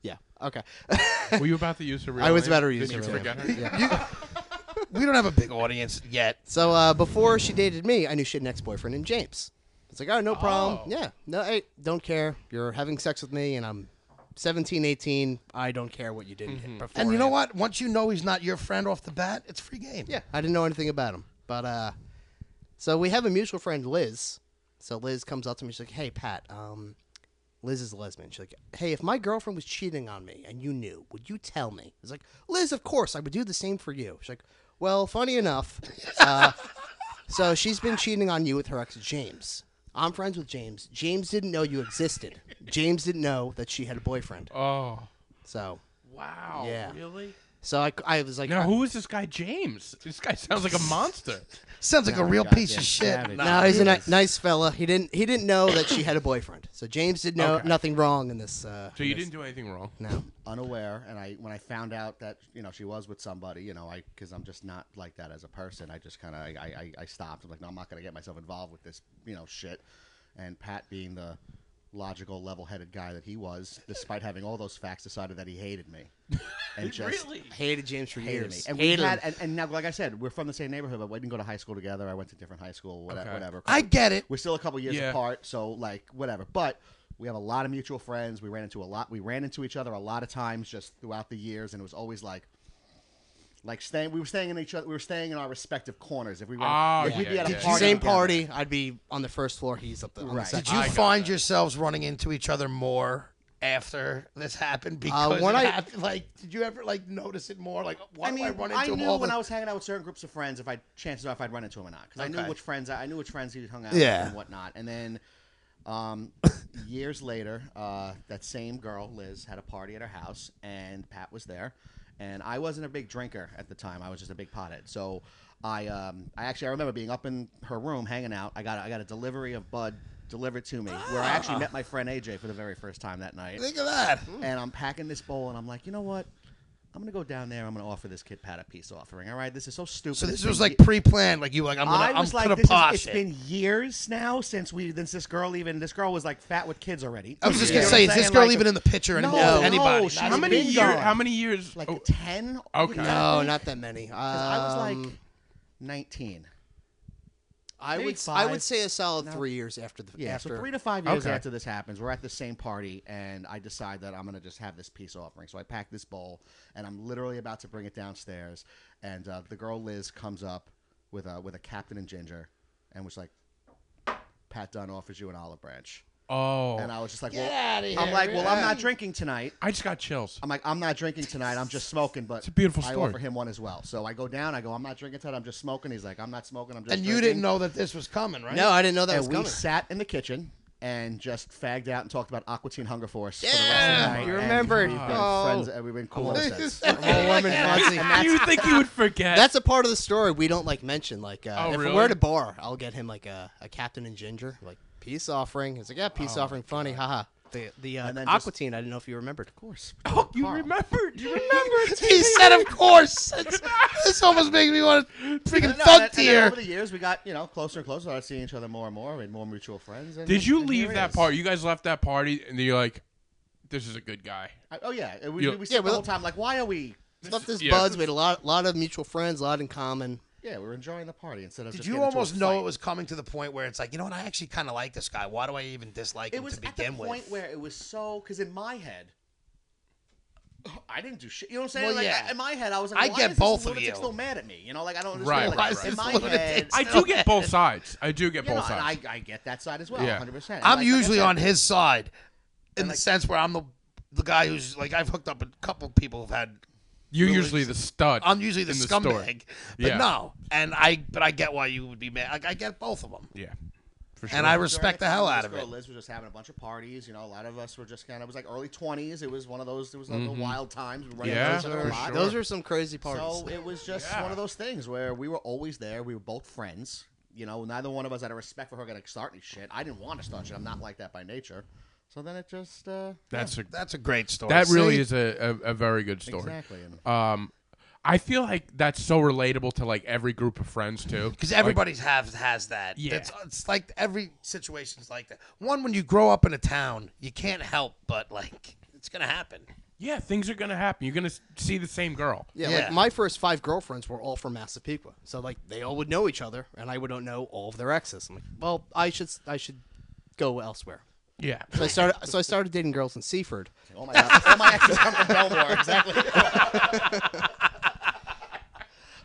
E: Yeah. Okay. (laughs)
B: were you about to use her? Real
E: I was
B: name?
E: about to use
B: Did
E: her
B: you
E: real
B: forget
E: name.
B: her?
E: Yeah.
G: We don't have a big audience yet.
E: So uh, before she dated me, I knew she had an ex-boyfriend named James. It's like, oh, no problem. Yeah, no, I don't care. You're having sex with me, and I'm 17, 18. I don't care what you did before.
G: And you know what? Once you know he's not your friend off the bat, it's free game.
E: Yeah, I didn't know anything about him. But uh, so we have a mutual friend, Liz. So Liz comes up to me. She's like, "Hey, Pat. Um, Liz is a lesbian. She's like, "Hey, if my girlfriend was cheating on me and you knew, would you tell me?" It's like, "Liz, of course, I would do the same for you." She's like, "Well, funny enough,
B: (laughs)
E: uh, so she's been cheating on you with her ex, James." I'm friends with James. James didn't know you existed. James didn't know that she had a boyfriend.
B: Oh
E: So,
B: wow!
E: Yeah.
B: Really?
E: so I, I was like,
B: Now who is this guy James? This guy sounds like a monster.
G: Sounds like a real piece of shit. Nah.
E: No, he's a ni- nice fella. He didn't. He didn't know that she had a boyfriend. So James did know
B: Okay.
E: nothing wrong in this. Uh,
B: So you didn't do anything wrong.
E: no.
H: unaware and i when i found out that you know she was with somebody you know i because i'm just not like that as a person i just kind of I, I i stopped i'm like no i'm not going to get myself involved with this you know shit and pat being the logical level-headed guy that he was despite having all those facts decided that he hated me and just
E: Hated James for
H: hated
E: years.
H: me and we
E: Hated
H: had
E: him.
H: and, and now like i said we're from the same neighborhood but we didn't go to high school together i went to different high school whatever,
B: Okay.
H: whatever
G: I get it.
H: we're still a couple years
B: Yeah.
H: apart, so like whatever. But we have a lot of mutual friends. We ran into a lot. We ran into each other a lot of times just throughout the years, and it was always like, like staying. We were staying in each other. We were staying in our respective corners. If we were,
B: Oh,
H: if we'd
B: yeah,
H: be at a
B: yeah,
H: party,
E: Same
H: together.
E: party. I'd be on the first floor. He's up the. on the
H: Right.
E: second.
G: Did you find yourselves running into each other more after this
H: Uh,
G: happened? Because
E: when
G: it
E: I-
G: happened, like, did you ever like notice it more? Like, why
H: I mean,
G: do I run into
H: I
G: him
H: knew
G: all
H: when
G: the-
H: I was hanging out with certain groups of friends if I chances are if I'd run into him or not because I knew
G: Okay.
H: which friends I, I knew which friends he hung out
G: Yeah.
H: with and whatnot. And then
G: (laughs)
H: um, years later, uh, that same girl Liz had a party at her house and Pat was there, and I wasn't a big drinker at the time. I was just a big pothead, so. I um I actually I remember being up in her room hanging out. I got a, I got a delivery of bud delivered to me where I
G: (gasps)
H: actually met my friend AJ for the very first time that night
G: Think of that.
H: and I'm packing this bowl, and I'm like, you know what? I'm gonna go down there. I'm gonna offer this kid Pat a peace offering. All right, this is so stupid.
G: So this
H: It's
G: was
H: been
G: like pre-planned. Like you, like I'm gonna,
H: I
G: I'm
H: was like,
G: gonna
H: this is,
G: pause
H: it's
G: it.
H: been years now since we since this girl even this girl was like fat with kids already.
G: I was just
H: You
G: gonna
H: know
G: say, is
H: what I'm
G: this
H: saying?
G: girl
H: Like,
G: even in the picture anymore?
H: No,
G: with anybody?
H: no, Oh, she's
G: I
B: How
G: mean,
B: many
H: been
B: years?
H: gone.
B: How many years?
H: like
B: oh,
H: ten?
B: Okay.
E: No, not that many. Um,
H: I was like
G: Um,
H: nineteen.
E: I
H: maybe
E: would I
H: five.
E: would say a solid three years after the
H: Yeah,
E: after.
H: so three to five years
B: Okay.
H: after this happens, we're at the same party, and I decide that I'm gonna just have this peace offering. So I pack this bowl, and I'm literally about to bring it downstairs, and uh, the girl Liz comes up with a with a Captain and Ginger, and was like, "Pat Dunn offers you an olive branch," and
B: oh,
H: I was just like,
G: Get
H: "Well."
G: outta here,
H: I'm like, well, I'm
G: man.
H: not drinking tonight.
B: I just got chills.
H: I'm like, I'm not drinking tonight. I'm just smoking. But
B: It's a beautiful
H: I
B: story.
H: offer him one as well. So I go down. I go, I'm not drinking tonight. I'm just smoking. He's like, I'm not smoking. I'm just.
G: And (laughs) you
H: drinking."
G: didn't know that this was coming, right?
E: no, I didn't know that
H: And
E: was
H: we
E: coming. (laughs)
H: sat in the kitchen and just fagged out and talked about Aqua Teen Hunger Force. for the rest of the
E: Yeah,
H: night.
E: you
H: And
E: remembered.
H: We've been
E: Oh.
H: friends. And we've been cool ever (laughs) since.
B: you would think you would forget.
E: That's a part of the story we don't like mention. Like, uh,
B: Oh,
E: if
B: really?
E: we're at a bar, I'll get him like a, a Captain and Ginger, like peace offering. It's like, yeah, peace offering, funny, haha. The the uh,
H: And then
E: Aqua
H: just-
E: Teen, I didn't know if you remembered. Of course,
B: oh, you remembered. You remembered.
G: (laughs) he said, "Of course." (laughs) It's- this almost makes me (laughs) want to freaking
H: No,
G: thug
H: and- and then
G: tear.
H: over the years, we got you know closer and closer. Started seeing each other more and more. We had more mutual friends. And,
B: Did you
H: and here
B: leave
H: it
B: that
H: is.
B: party? You guys left that party, and you're like, "This is a good guy."
H: I- oh yeah, And we,
B: Yeah.
H: we, we
E: Yeah,
H: yeah, the
E: well-
H: whole time like, why are we?
E: love this
B: yeah.
E: buds. We had a lot lot of mutual friends, a lot in common.
H: Yeah, we were enjoying the party instead of.
G: Did
H: just
G: you
H: getting into a
G: almost know
H: fight.
G: it was coming to the point where it's like, you know what? I actually kind of like this guy. Why do I even dislike
H: it
G: him
H: was
G: to
H: at the
G: begin
H: point
G: with?
H: where it was so because in my head (sighs) I didn't do shit. You know what I'm saying?
G: Well,
H: like
G: yeah.
H: I- in my head, I was like,
G: I
H: why
G: get
H: is
G: both of
H: this lunatic
G: you.
H: still mad at me? You know, like I don't
B: Right, right,
H: understand. like,
B: right.
H: In my
G: Why is this
H: head,
G: (laughs) lunatic
B: I do get both sides. I do get
H: you know,
B: both
H: and I,
B: sides.
H: I get that side as well,
B: Yeah.
H: 100. percent
G: I'm usually on his side, in the sense where I'm the the guy who's like I've hooked up a couple people who've had.
B: You're usually the stud.
G: I'm usually the
B: in
G: scumbag,
B: story.
G: but
B: Yeah.
G: no, and I but I get why you would be mad. Like I get both of them,
B: Yeah, for sure.
G: and I respect the hell out of it.
H: Liz was just having a bunch of parties. You know, a lot of us were just kind of. It was like early 20s. It was one of those. It was like
G: Mm-hmm.
H: the wild times. We were running
B: Yeah,
H: into each other
B: for
H: a lot.
B: sure.
E: Those are some crazy parties.
H: So it was just one of those things where we were always there. We were both friends. You know, neither one of us had a respect for her going to start any shit. I didn't want to start shit. I'm not like that by nature. So then it just uh,
B: That's a,
G: That's a great story.
B: that really
G: See?
B: is a, a, a very good story.
H: exactly. And
B: Um, I feel like that's so relatable to like every group of friends too.
G: Because everybody's have has that.
B: Yeah.
G: It's, it's like every situation's like that. One, when you grow up in a town, you can't help but like it's gonna happen.
B: Yeah, things are gonna happen. You're gonna s- see the same girl.
E: Yeah,
G: Yeah.
E: like my first five girlfriends were all from Massapequa, so like they all would know each other, and I wouldn't know all of their exes. I'm like, well, I should I should go elsewhere.
G: (laughs)
B: Yeah.
E: So I started so I started dating girls in Seaford.
H: oh my god, all my exes come from (laughs) Belmore. Exactly.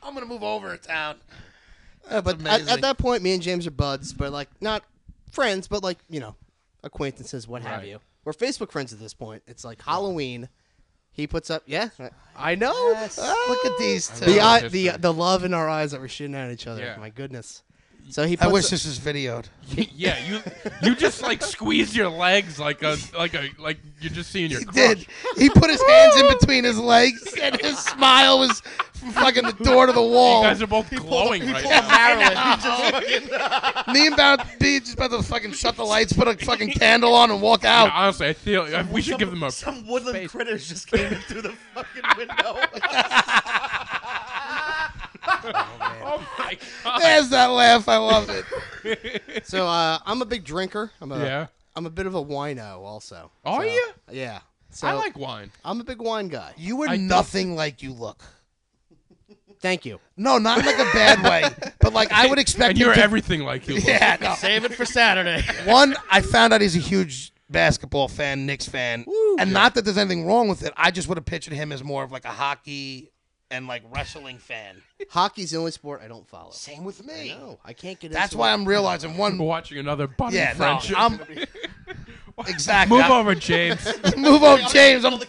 G: I'm gonna move over a town.
E: but at,
G: amazing.
E: at that point, me and James are buds, but like not friends, but like you know, acquaintances, what have
B: Right.
E: you. We're Facebook friends at this point. It's like Halloween. He puts up, yeah, I know. Ah.
G: Look at these two.
E: the
B: love
E: eye,
B: this
E: the uh,
B: thing.
E: the love in our eyes that we're shooting at each other.
B: Yeah.
E: My goodness. So he. Puts
G: I wish
E: up-
G: this was videoed.
B: yeah, you you just like squeeze your legs like a like a like you're just seeing your
G: He
B: crush.
G: did. He put his hands in between his legs, and his smile was from fucking the door to the
B: You
G: wall.
B: guys (laughs) are both glowing right now.
G: Me and about B just about to fucking shut the lights, put a fucking candle on, and walk out.
B: Yeah, honestly, I feel we should give them a
H: Some woodland
B: Space.
H: critters just came in through the fucking
B: (laughs)
H: window.
B: Oh (laughs) my god.
G: There's that laugh. I love it.
E: So uh, I'm a big drinker. I'm a
B: Yeah.
E: am a bit of a wino also.
B: Are
E: So-
B: you?
E: Yeah. So
B: I like wine.
E: I'm a big wine guy.
G: You were
B: I-
G: nothing like you look.
E: Thank you.
G: No, not in like a bad way, but
B: (laughs)
G: like I would expect
B: And
G: him
B: you're
G: to-
B: everything like you. look.
G: Yeah, no.
H: Save it for Saturday.
G: (laughs) One, I found out he's a huge basketball fan, Knicks fan, and not that there's anything wrong with it. I just would have pictured him as more of like a hockey and like wrestling fan.
E: Hockey's the only sport I don't follow.
G: Same with me.
E: No, I can't get.
G: That's
E: into
G: why
E: it.
G: I'm realizing
B: We're
G: one.
B: watching another buddy
G: Yeah, no,
B: friendship.
G: I'm exactly.
B: Move
G: I-
B: over,
G: (laughs)
B: James.
G: move over, James. I'm,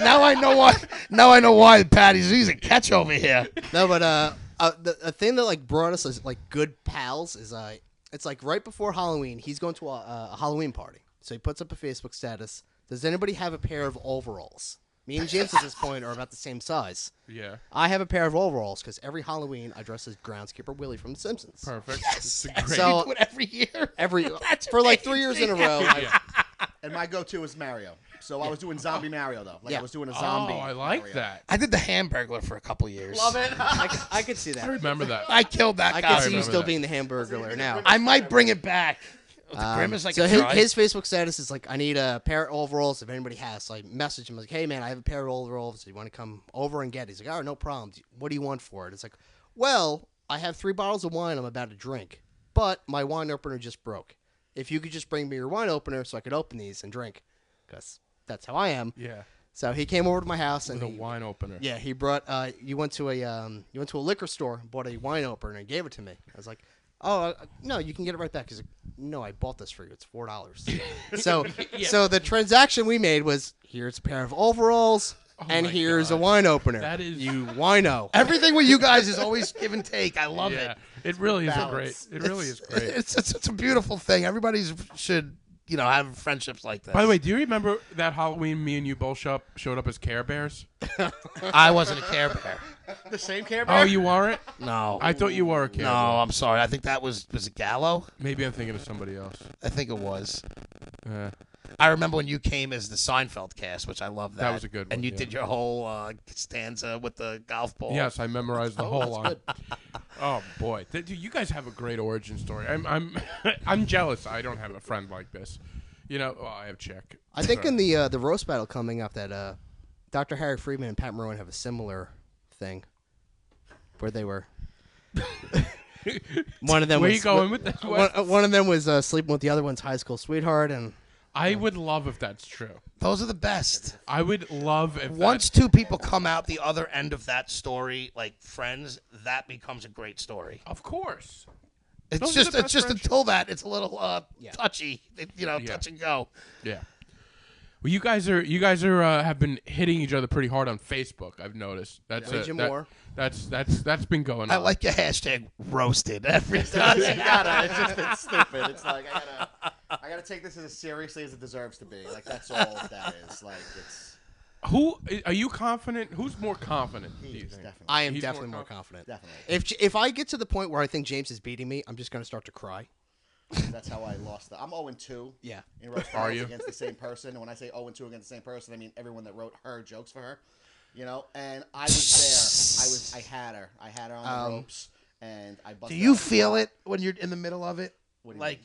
G: now I know why. Now I know why Patty's he's a catch over here.
E: No, but uh, uh the a thing that like brought us as like good pals is uh, it's like right before Halloween, he's going to a, a Halloween party, so he puts up a Facebook status. Does anybody have a pair of overalls? Me and James at this point are about the same size.
B: yeah.
E: I have a pair of overalls because every Halloween I dress as groundskeeper Willie from The Simpsons.
G: (laughs)
B: Perfect. It's a great-
E: So
G: But every year,
E: every for like three years in a row, I,
H: And my go-to is Mario. So I was doing zombie Mario though. Like
E: Yeah.
H: I was doing a
B: Oh,
H: zombie.
B: I like
H: Mario.
B: that.
G: I did the Hamburglar for a couple years.
E: Love it. I, c- I could see
B: I
E: that.
B: remember that.
G: (laughs) I killed that
E: I
G: guy.
E: could see you
B: remember
E: still
B: that.
E: being the hamburger now.
G: I might bring it back. The grimace, I
E: Um, so
G: could
E: his,
G: try.
E: his Facebook status is like, I need a pair of overalls if anybody has. So I message him like, Hey man, I have a pair of overalls. Do you want to come over and get? it? He's like, All right, no problem. Do- What do you want for it? It's like, Well, I have three bottles of wine. I'm about to drink, but my wine opener just broke. If you could just bring me your wine opener so I could open these and drink, because that's how I am.
B: yeah,
E: So he came over to my house and
B: the
E: he-
B: wine opener.
E: yeah, he brought. Uh, you went to a um, you went to a liquor store, and bought a wine opener, and gave it to me. I was like, "Oh uh, no, you can get it right back." He's like, "No, I bought this for you. It's
B: (laughs)
E: four dollars." so, so the transaction we made was: here's a pair of overalls, and
B: Oh my
E: here's a
B: God.
E: wine opener.
B: That is-
E: you wino.
G: Everything with you guys is always give and take. I love
B: yeah.
G: it.
B: It really is a
H: Balance.
B: great. It really is great.
G: (laughs) It's, it's it's a beautiful thing. Everybody should you know have friendships like that.
B: By the way, do you remember that Halloween? Me and you both showed up, showed up as Care Bears.
G: I wasn't a Care Bear.
H: The same Care Bear.
B: Oh, you weren't.
G: No,
B: I thought you were a Care
G: no.
B: Bear.
G: I'm sorry. I think that was was it Gallo.
B: Maybe I'm thinking of somebody else.
G: I think it was.
B: Uh,
G: I remember when you came as the Seinfeld cast, which I love. That,
B: That was a good one,
G: And you
B: yeah.
G: did your whole uh, stanza with the golf ball.
B: yes, I memorized the whole line. (laughs) Oh boy, Th- dude, you guys have a great origin story. I'm, I'm, (laughs) I'm jealous. I don't have a friend like this. You know, well, I have Chick.
E: I think in the uh, the roast battle coming up, that uh, Dr. Harry Friedman and Pat Moran have a similar thing, where
B: (laughs)
E: they were. one of them.
B: Where
E: was,
B: you going with this?
E: One, uh, one of them was uh, sleeping with the other one's high school sweetheart, and
B: I would love if that's true.
G: those are the best.
B: I would love if
G: Once two people come out the other end of that story, like friends, that becomes a great story.
B: that- of course.
G: It's
B: Those are
G: just
B: the
G: it's
B: best
G: just
B: friendships.
G: until that it's a little uh, touchy, It- you know,
B: Yeah.
G: touch and go.
B: Yeah. Well, you guys are you guys are uh, have been hitting each other pretty hard on Facebook. I've noticed. That's
E: Yeah.
B: a-
E: Jim
B: that-
E: Moore.
B: That's that's that's been going on.
G: I like your hashtag
B: (laughs)
G: roasted every time.
H: (laughs) you gotta. It's just it's stupid. It's like I gotta. I gotta take this as seriously as it deserves to be. Like that's all that is. Like it's
B: Who are you confident? Who's more confident? Do you think?
H: definitely
E: I am
B: He's
E: definitely
B: more
E: more confident.
H: Definitely.
E: If J- if I get to the point where I think James is beating me, I'm just going to start to cry.
H: that's how I lost. The, I'm 0 and 2.
E: Yeah.
H: In roast
B: Are
H: battles
B: you?
H: against the same person? And when I say 0 and 2 against the same person, I mean everyone that wrote her jokes for her. You know, and I was there. I was. I had her. I had her on the ropes, and I.
G: Um, Do
H: busted
G: you
H: out.
G: feel it when you're in the middle of it?
H: What do you
G: like,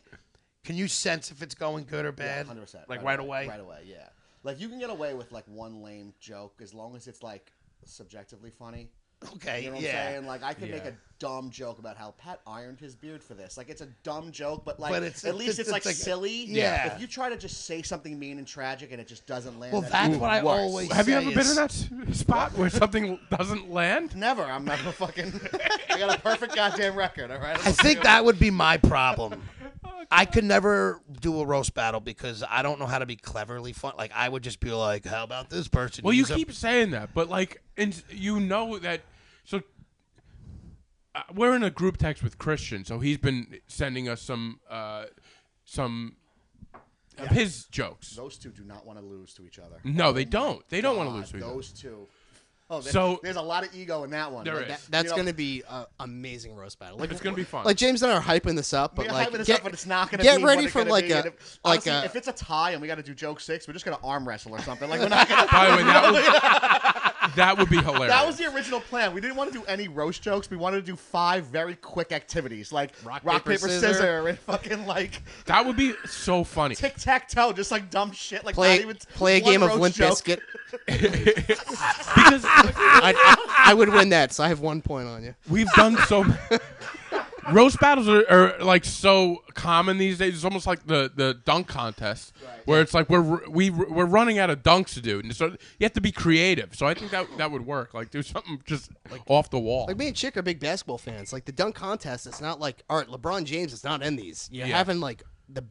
G: can you sense if it's going good or bad?
H: Hundred percent.
G: Like right, away.
H: Right away. Yeah. Like you can get away with like one lame joke as long as it's like subjectively funny.
G: Okay.
H: You know what I'm
G: yeah.
H: saying? Like I could make
B: Yeah.
H: a dumb joke about how Pat ironed his beard for this. Like it's a dumb joke, but like
G: But it's-
H: at least it's,
G: it's-
H: like,
G: it's like-
H: silly.
G: Yeah.
H: If you try to just say something mean and tragic and it just doesn't land,
G: Well,
H: that's
G: that's
H: even
G: what I
H: worse.
G: always
B: Have you
G: say
B: ever been
G: is-
B: in that s- spot where something (laughs) doesn't land?
H: Never. I'm not a fucking. (laughs) I got a perfect goddamn record. All right.
G: (laughs) I think that would be
E: (laughs)
G: my problem. I could never do a roast battle because I don't know how to be cleverly fun. Like I would just be like, "How about this person?"
B: Well, you
G: He's a-
B: keep saying that, but like, and you know that. So uh, we're in a group text with Christian, so he's been sending us some uh, some of his jokes.
H: Those two do not want to lose to each other.
B: No, they don't. They don't want to
H: God,
B: lose to each other.
H: those two. Oh, there-
B: So-
H: there's a lot of ego in that one.
B: There
H: Like,
B: is.
E: That,
B: Yes.
E: that's
H: You know-
E: going to be an amazing roast battle. Like,
B: It's gonna be fun.
E: Like James and I are hyping this up, but
H: We're
E: like
H: hyping this
E: get,
H: up, but it's not going to
E: get
H: be
E: ready
H: what it's
E: for
H: gonna
E: like
H: be.
E: a
H: And if,
E: like
H: honestly,
E: a
H: if it's a tie and we got to do joke six, we're just going to arm wrestle or something. Like we're not going to.
B: By the
H: (laughs)
B: way, that would, that would be hilarious.
H: That was the original plan. We didn't want to do any roast jokes. We wanted to do five very quick activities, like rock, paper, scissor. and fucking like
B: that would be so funny.
H: tic tac toe, just like dumb shit. Like
E: play
H: not even
E: play a
H: one
E: game of
H: roast
E: Limp
H: joke.
E: Biscuit.
B: Because
E: I, I would win that, so I have one point on you.
B: we've done so m- roast battles are, are like so common these days it's almost like the, the dunk contest where it's like we're r- we, r- we're running out of dunks to do and so you have to be creative so i think that that would work like do something just off the wall
E: Like me and Chick are big basketball fans. Like the dunk contest, it's not like all right, LeBron James is not in these. You're
B: Yeah.
E: having like the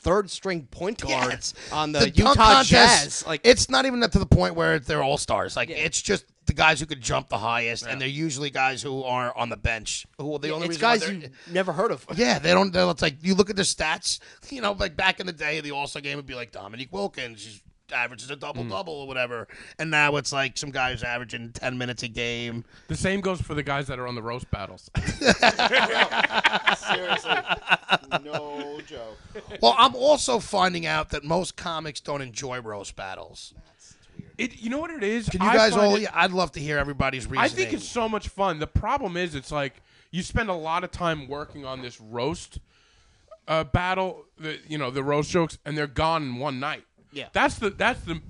E: third string point
G: Yeah,
E: guard
G: it's-
E: on the,
G: the dunk
E: Utah
G: contest,
E: Jazz. Like
G: it's not even up to the point where they're all stars. Like it's just the guys who could jump the highest, and they're usually guys who are on the bench. Who are the only
E: it's
G: reason why
E: guys
G: they're-
E: you never heard of.
G: Yeah, they don't. They're, it's like you look at their stats. You know, like back in the day, the All Star game would be like Dominique Wilkins she's- averages a double double or whatever, and now it's like some guys averaging ten minutes a game.
B: the same goes for the guys that are on the roast battles
H: Seriously, no joke.
G: Well, I'm also finding out that most comics don't enjoy roast battles.
B: It, you know what it is?
G: Can you
B: I
G: guys
B: find
G: all?
B: it-
G: I'd love to hear everybody's reasoning.
B: I think it's so much fun. The problem is, it's like you spend a lot of time working on this roast uh, battle, the, you know, the roast jokes, and they're gone in one night.
E: Yeah.
B: that's the that's the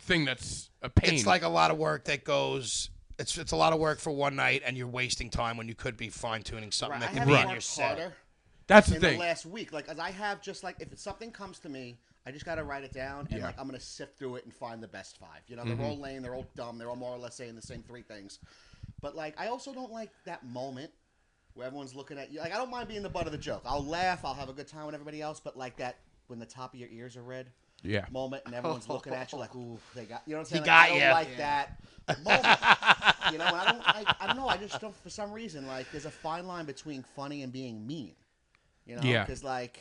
B: thing that's a pain.
G: It's like a lot of work that goes. It's it's a lot of work for one night, and you're wasting time when you could be fine tuning something
H: I
G: that could
H: have
G: be
H: right.
G: in your set.
B: that's the
H: in the
B: thing.
H: last week. Like, as I have just like if something comes to me, I just got to write it down and like I'm gonna sift through it and find the best five. You know,
B: Mm-hmm.
H: they're all lame, they're all dumb, they're all more or less saying the same three things. But like, I also don't like that moment where everyone's looking at you. Like, I don't mind being the butt of the joke. I'll laugh, I'll have a good time with everybody else. But like that when the top of your ears are red.
B: Yeah.
H: Moment and everyone's looking at
B: (laughs)
H: you like, ooh, they got you know what I'm saying? Like,
G: got
H: I don't
G: ya.
H: like that moment. you know, I don't I, I don't know, I just don't for some reason like there's a fine line between funny and being mean. You know,
B: Yeah.
H: because like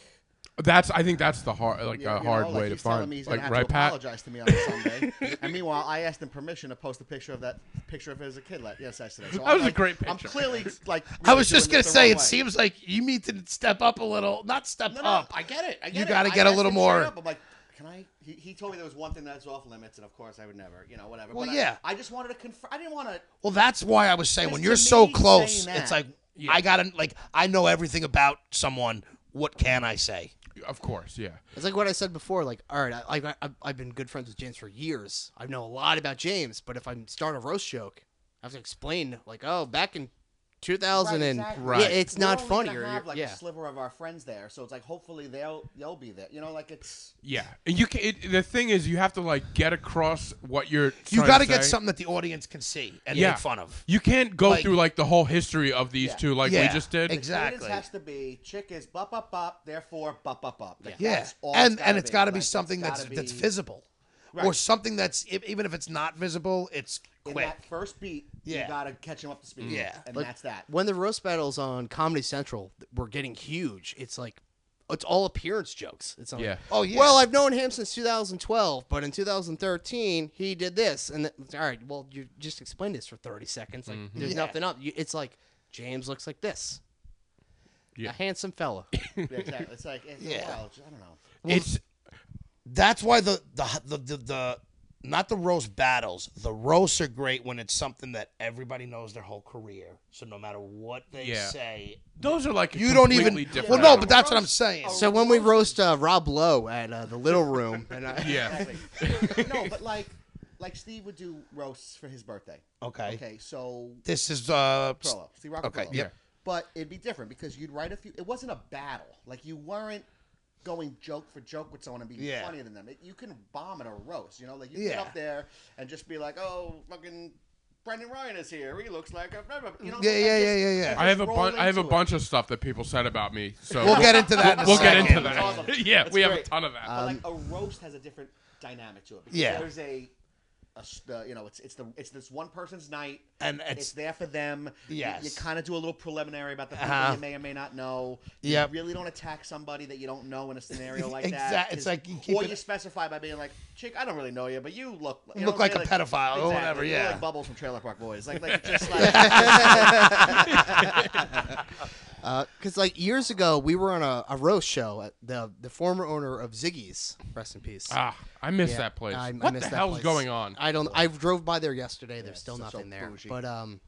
B: That's I think that's the hard like
H: you know,
B: a hard
H: like
B: way to
H: he's telling
B: find
H: me he's gonna
B: like
H: have
B: right
H: to
B: Pat.
H: apologize to me on a
G: (laughs)
H: Sunday, and meanwhile I asked him permission to post a picture of that picture of his as a kid. Like, yes, yesterday. So that I'm
B: was a
H: like,
B: great
H: I'm
B: picture.
H: clearly like.
G: I
H: really
G: was just
H: doing
G: gonna
H: this the
G: say,
H: wrong
G: it
H: way.
G: seems like you need to step up a little. Not step
H: No, no,
G: up.
H: I get it. I get
G: You
H: it.
G: gotta
H: I
G: get a
H: asked
G: little
H: him
G: more-
H: straight Up. I'm like, can I? He, he told me there was one thing that's off limits, and of course I would never, you know, whatever.
G: Well,
H: but I-
G: yeah.
H: I, just wanted to confirm. I didn't want to.
G: Well, that's why I was saying
H: Because
G: when
H: to
G: you're so
H: me,
G: close,
H: saying
G: it's
H: that-
G: like I gotta like I know everything about someone. What can I say?
B: Of course, yeah.
E: It's like what I said before. Like, all right, I, I, I've, I've been good friends with James for years. I know a lot about James, but if I start a roast joke, I have to explain, like, oh, back in 2000 and
H: exactly.
E: Yeah,
B: Right.
E: it's
H: We're
E: not
H: only
E: funny.
H: gonna
E: or
H: Have,
E: you're-
H: like
E: yeah.
H: a sliver of our friends there, so it's like hopefully they'll they'll be there. You know, like it's.
B: Yeah, and you can. It, the thing is, you have to like get across what you're.
G: You
B: got to
G: get
B: say.
G: something that the audience can see and
B: Yeah.
G: make fun of.
B: You can't go
G: Like-
B: through like the whole history of these two, like we
G: Yeah,
B: just did.
G: ex-
H: Cadence
G: Exactly.
H: has to be chick is bup up up, therefore bup up up. Like,
G: Yeah,
H: that's all
G: and and it's got to
H: Like,
G: be
H: it's
G: something
H: gotta
G: that's that's
H: be
G: visible, or
H: Right.
G: something that's e- even if it's not visible, it's
H: In
G: quick.
H: that first beat,
G: Yeah.
H: you gotta catch him up to speed.
G: Yeah.
H: and
E: Like,
H: that's that.
E: When the roast battles on Comedy Central were getting huge, it's like it's all appearance jokes. It's not like,
B: Yeah.
G: Oh, yeah.
E: Well, I've known him since 2012, but in 2013 he did this, and th- all right, well you just explained this for 30 seconds. Like there's
G: Yeah.
E: nothing up. You, it's like James looks like this.
B: Yeah.
E: A handsome
G: (laughs)
E: fella.
H: Yeah, exactly. It's like it's,
G: Yeah.
H: well, I don't know.
B: it's
G: that's why the the the the, the not the roast battles. The roasts are great when it's something that everybody knows their whole career. So no matter what they
B: Yeah.
G: say,
B: those are like
G: you don't even.
B: completely different.
G: Well, no, but that's what I'm saying.
E: So when we roast uh, Rob Lowe at uh, the Little Room, (laughs) and I,
B: yeah,
H: Exactly. no, but like, like Steve would do roasts for his birthday.
G: Okay.
H: Okay, so
G: This is uh.
H: Prolo, Steve Rock.
G: Okay,
H: Prolo.
G: yep.
H: But it'd be different because you'd write a few. It wasn't a battle. Like you weren't going joke for joke with someone and being
G: Yeah.
H: funnier than them. It, you can bomb in a roast. You know, like you get
G: Yeah.
H: up there and just be like, "Oh, fucking Brendan Ryan is here. He looks like a blah, blah, blah," you know."
G: Yeah,
H: like,
G: yeah, yeah,
H: just-
G: yeah, yeah.
H: like,
B: I
H: just
B: have a
H: roll
B: bunch. I have a
H: into it.
B: bunch of stuff that people said about me. So
G: We'll get into that. In a
B: we'll get
G: second.
B: into
H: It's awesome.
B: that. (laughs) Yeah,
H: That's
B: we have a
H: great.
B: ton of that.
H: But
E: Um,
H: like a roast has a different dynamic to it. because
G: Um, Yeah.
H: there's a, a s- the- you know, it's it's the it's this one person's night,
G: And
H: it's,
G: it's-
H: there for them. You-
G: Yes.
H: you, kind of do a little preliminary about the people
G: Uh-huh.
H: you may or may not know.
G: Yep.
H: you really don't attack somebody that you don't know in a
G: (laughs)
H: scenario like that.
G: Exact- it's
H: 'cause-
G: like you keep
H: or
G: it-
H: you specify by being like, "Chick, I don't really know you, but you look you know
G: Look
H: what I'm
G: like
H: saying?
G: a pedophile or whatever,
H: You're
G: yeah.
H: like bubbles from Trailer Park Boys,
G: (laughs)
H: like like just like
E: Because like years ago, we were on a, a roast show at the the former owner of Ziggy's, rest in peace.
B: ah, I miss
E: Yeah,
B: that place.
E: I- I
B: what
E: miss
B: the
E: that
B: hell's
E: place.
B: going on?
E: I don't. I drove by there yesterday. There's still
H: so-
E: nothing
H: so
E: there.
H: bougie.
E: But um,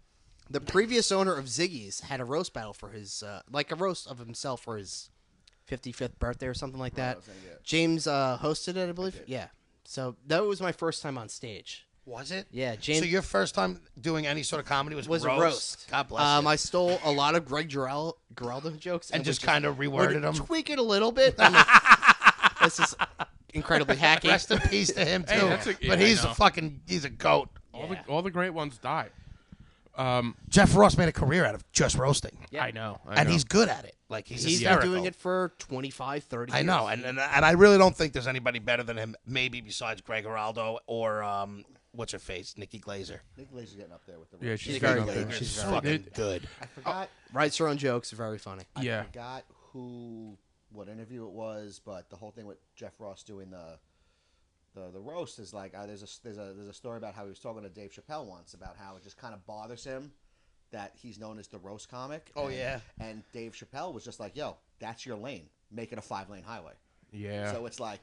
E: the previous owner of Ziggy's had a roast battle for his uh, like a roast of himself for his 55th birthday or something like that. James uh, hosted it, I believe. yeah. So that was my first time on stage.
G: Was it?
E: Yeah, James-
G: So your first time doing any sort of comedy was,
E: was
G: roast.
E: a roast.
G: God bless
E: um,
G: you.
E: I stole a lot of Greg Giraldo, Giraldo jokes
G: and
E: we
G: just kind of reworded them.
E: tweak it a little
G: (laughs)
E: bit. I'm like, this is incredibly hacky.
G: Rest in peace
B: (laughs)
G: to him too.
B: that's a-
G: but
B: yeah, I
G: he's a
B: know.
G: fucking he's a goat.
B: All the all the great ones die.
G: Jeff Ross made a career out of just roasting,
B: I know. I
G: and
B: know.
G: he's good at it. Like he's,
E: He's been
G: hysterical.
E: doing it for 25, 30
G: I
E: years.
G: know, and, and and I really don't think there's anybody better than him. Maybe besides Greg Giraldo or um, what's her face, Nikki Glazer.
H: Nick Laser's getting up there with the
B: Yeah, she's
E: very
B: very
E: good.
B: good.
E: She's
G: She's
E: very
G: fucking
B: good.
G: good.
H: I forgot.
E: Writes her own jokes. Very funny.
B: Yeah.
H: I forgot who what interview it was, but the whole thing with Jeff Ross doing the the, the roast is like uh, there's a there's a there's a story about how he was talking to Dave Chappelle once about how it just kind of bothers him that he's known as the roast comic.
G: Oh,
H: and,
G: yeah.
H: and Dave Chappelle was just like, "Yo, that's your lane. Make it a five lane highway."
B: Yeah.
H: So it's like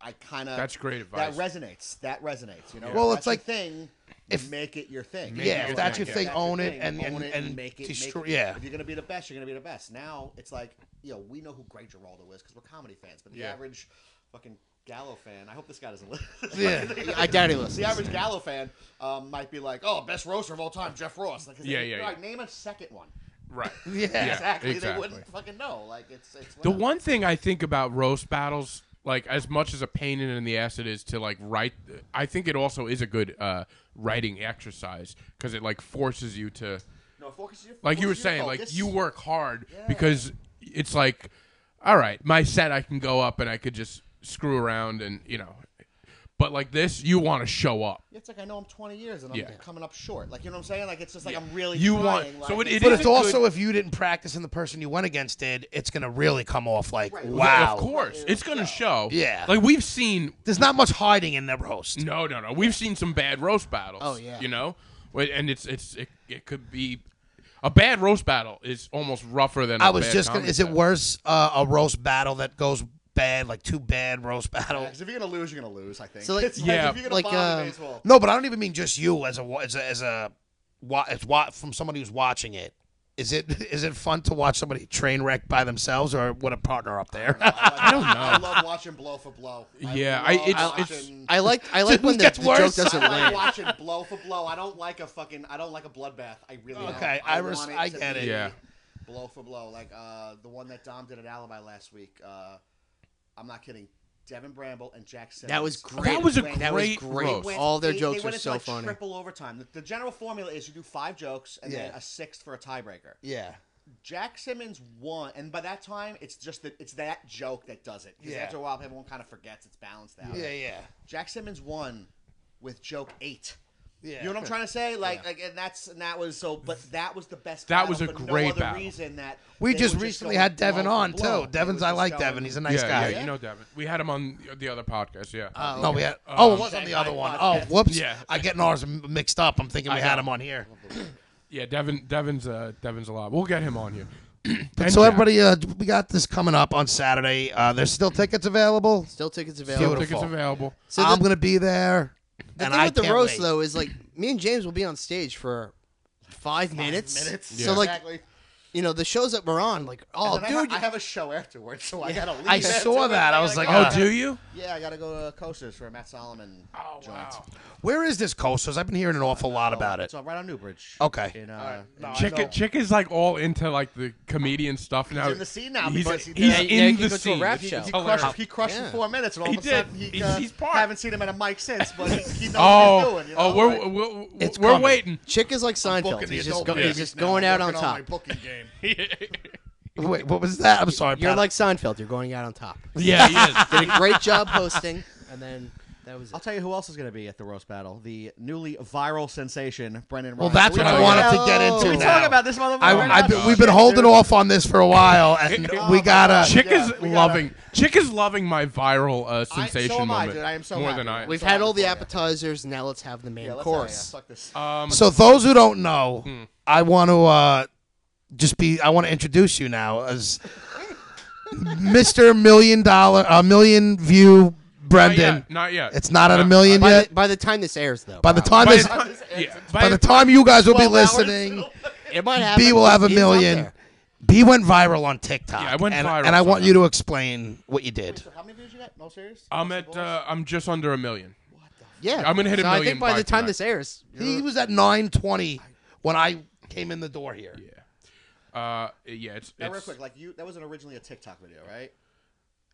H: I kind of
B: That's great
H: That
B: advice.
H: resonates. That resonates. You know.
G: Well,
H: If
G: it's like,
H: that's your thing.
G: if-
H: make it your thing.
G: Yeah, if that's your
H: If
G: thing, own it
H: thing,
G: and- and-
H: own it
G: and
H: make it. make
G: destroy-
H: it.
G: yeah.
H: If you're gonna be the best, you're gonna be the best. Now it's like you know we know who Greg Giraldo is because we're comedy fans, but the
B: Yeah.
H: average fucking Gallo fan. I hope this guy doesn't (laughs) listen.
G: Yeah.
E: I doubt he listens.
H: The average Gallo fan um, might be like, "Oh, best roaster of all time, Jeff Ross." Like,
B: Yeah,
H: like,
B: yeah,
H: like,
B: yeah.
H: Name a second one.
E: (laughs)
B: Right.
G: Yeah.
H: exactly. They
B: exactly.
H: wouldn't fucking know. Like, it's it's
B: The
H: whatever.
B: one thing I think about roast battles, like as much as a pain in the ass it is to like write, I think it also is a good uh, writing exercise because it like forces you to,
H: No, focus your-
B: like you were
H: focus your
B: saying, like
H: focus.
B: you work hard because it's like, all right, my set I can go up and I could just screw around and you know, but like this you want to show up.
H: It's like I know I'm 20 years and I'm
B: Yeah.
H: coming up short. Like you know what I'm saying? Like it's just like I'm really
B: You
H: trying,
B: want-
H: like,
B: so it- it
G: But
B: is
G: it's
B: a good-
G: also if you didn't practice and the person you went against did, it's gonna really come off like wow.
B: Of course, it's gonna show.
G: Yeah.
B: like we've seen
G: There's not much hiding in the roast.
B: No, no, no. We've seen some bad roast battles.
E: Oh, yeah.
B: you know, Wait, and it's it's it, it could be a bad roast battle is almost rougher than I
G: I was just gonna. Is it worse uh, a roast battle that goes bad, like two bad roast (laughs)
H: Yeah,
G: battles?
H: 'cause if you're gonna lose, you're gonna lose. I think.
E: So, like-
H: (laughs) It's
B: Yeah.
H: if you're gonna
E: Like,
H: bomb, you may
E: um,
H: as well.
G: No, but I don't even mean just you as a wa- as a, as a wa- as wa- from somebody who's watching it. Is it (laughs) is it fun to watch somebody train wreck by themselves or with a partner up there?
H: I don't know. I love watching blow for blow. I
B: Oh. Yeah,
H: love
B: I- it's- it's-
H: watching,
E: I like I like when the,
G: Gets
E: the joke
G: worse.
E: doesn't
H: I like
E: land.
H: watching blow for blow. I don't like a fucking. I don't like a bloodbath. I really don't.
G: Okay, I res-
H: want it
G: I
H: to
G: get
H: be
G: it.
B: Yeah.
H: Blow for blow, like uh, the one that Dom did at Alibi last week. Uh, I'm not kidding. Devin Bramble and Jack Simmons.
E: That was great.
B: That was a
H: Went-
E: That was
B: great,
E: great.
B: roast.
E: Went- All their jokes
H: went
E: are
H: into,
E: so
H: like
E: funny.
H: Triple overtime. The, the general formula is you do five jokes and then
G: Yeah.
H: a sixth for a tiebreaker.
G: yeah.
H: Jack Simmons won, and by that time, it's just that it's that joke that does it. Because
G: Yeah.
H: after a while, everyone kind of forgets it's balanced out.
G: Yeah, yeah.
H: Jack Simmons won with joke eight.
G: Yeah.
H: You know what I'm trying to say? Like, like, and that's and that was so. But that was the best.
B: That
H: battle
B: was a
H: for
B: great
H: no other
B: battle.
H: reason that
G: We
H: they
G: just
H: were
G: recently
H: going
G: had Devin
H: blow for
G: on
H: blow.
G: too.
H: They
G: Devin's
H: were
G: I
H: just
G: like
H: going-
G: Devin. He's a
B: Yeah,
G: nice
B: yeah,
G: guy.
B: you know Devin. We had him on the other podcast. Yeah,
G: No, we had. Oh, it was on the
H: Shanghai
G: other one. Oh,
H: podcast.
G: whoops.
B: Yeah.
G: I get ours m- mixed up. I'm thinking we had him on here.
B: yeah. Devin, Devin's, uh, Devin's a lot. We'll get him on here. (clears throat) And
G: (laughs) So
B: yeah,
G: everybody, uh, we got this coming up on Saturday. Uh, there's still tickets available.
E: Still tickets
B: still
E: available.
G: Beautiful.
B: tickets available.
E: So
G: I'm
E: the-
G: gonna be there.
E: The
G: and
E: thing
G: I
E: with the
G: can't
E: roast
G: wait.
E: though is like me and James will be on stage for five, minutes.
H: minutes.
E: So like
H: Exactly.
E: you know the shows that we're on, like oh
H: And
E: dude,
H: I, ha- I
E: you-
H: have a show afterwards, so I gotta leave.
G: I saw
H: afterwards.
G: that. I
H: gotta
G: was
H: go.
G: like,
B: Oh,
G: uh,
B: do you?
H: yeah, I gotta go to Coasters for a Matt Solomon. Oh wow.
G: Where is this Coasters? I've been hearing an awful lot about it.
H: It's on right on Newbridge.
G: Okay.
H: In, uh, in-
B: Chick, Chick is like all into like the comedian stuff now.
H: in the scene now
B: He's,
H: because
B: he's
H: he did- Yeah,
E: yeah, he
B: in
E: could go to
B: the
E: a
B: scene.
E: rap
B: It's
E: show. He
B: hilarious.
H: crushed, he crushed
E: Yeah.
H: for four minutes, and all
B: Oh, He
H: of a
B: did.
H: sudden he,
B: He's-
H: uh,
B: he's part.
H: haven't seen him at a mic since, but he, he knows what he's
B: (laughs) Oh,
H: doing. You know?
B: oh, we're
H: Like,
B: we're, we're,
G: It's
B: we're
E: (laughs)
G: coming.
B: waiting.
E: Chick is like Seinfeld.
H: booking the
E: He's just,
H: adult
E: go, he's
H: business
E: just
H: now.
E: going out
H: I'm
E: on
H: working
E: top.
H: my booking game.
G: Wait, what was that? I'm sorry.
E: You're
G: Pat.
E: like Seinfeld. You're going out on top.
B: Yeah, he is.
E: Did a great job hosting, and then that was
H: I'll
E: it.
H: tell you who else is going to be at the roast battle: the newly viral sensation Brendan.
G: Well,
H: Ryan.
G: that's what I
B: talking
G: wanted to
E: about-
G: get into.
E: Can we
H: Oh. we
G: now.
H: talk about this motherfucker.
G: I,
H: right
G: I,
H: now?
G: we've been
H: Shit,
G: holding
H: dude.
G: off on this for a while, and
H: (laughs)
B: Oh
G: we
H: my
G: gotta.
H: God.
B: Chick
H: Yeah,
B: is
H: we gotta-
B: loving. Chick is loving my viral uh,
H: I- so
B: sensation
H: am I,
B: moment
H: dude. I am so
B: more
H: happy.
B: than I.
E: We've
H: so
E: had all
H: happy
E: the
H: for you.
E: appetizers. Now let's have the main
H: Yeah, let's-
E: course.
H: yeah, fuck this.
B: Um, (laughs)
H: (laughs)
G: So those who don't know,
B: Hmm.
G: I want to uh, just be. I want to introduce you now as Mister Million Dollar, a Million View
B: Not yet,
G: Brendan.
B: Not yet. Uh,
G: It's not at a million
E: by,
G: yet.
E: the, by the time this airs, though,
G: by the time
B: By
G: this,
B: the time, yeah,
G: by the time you guys will be listening,
E: it might happen.
G: B will have a
E: He's up
G: million.
E: there.
G: B went viral on TikTok.
B: Yeah, I went
G: and,
B: viral
G: and I want
B: somehow.
G: you to explain what you did.
H: So how many views you got? No serious.
B: I'm at. Uh, I'm just under a million.
E: Yeah,
B: I'm gonna hit a
E: so I
B: million
E: think by
B: by
E: the time
B: tonight.
E: this airs,
G: He was at nine twenty when I came in the door here.
B: Uh, yeah. It's.
H: Now, real
B: it's
H: quick, like you, that wasn't originally a TikTok video, right?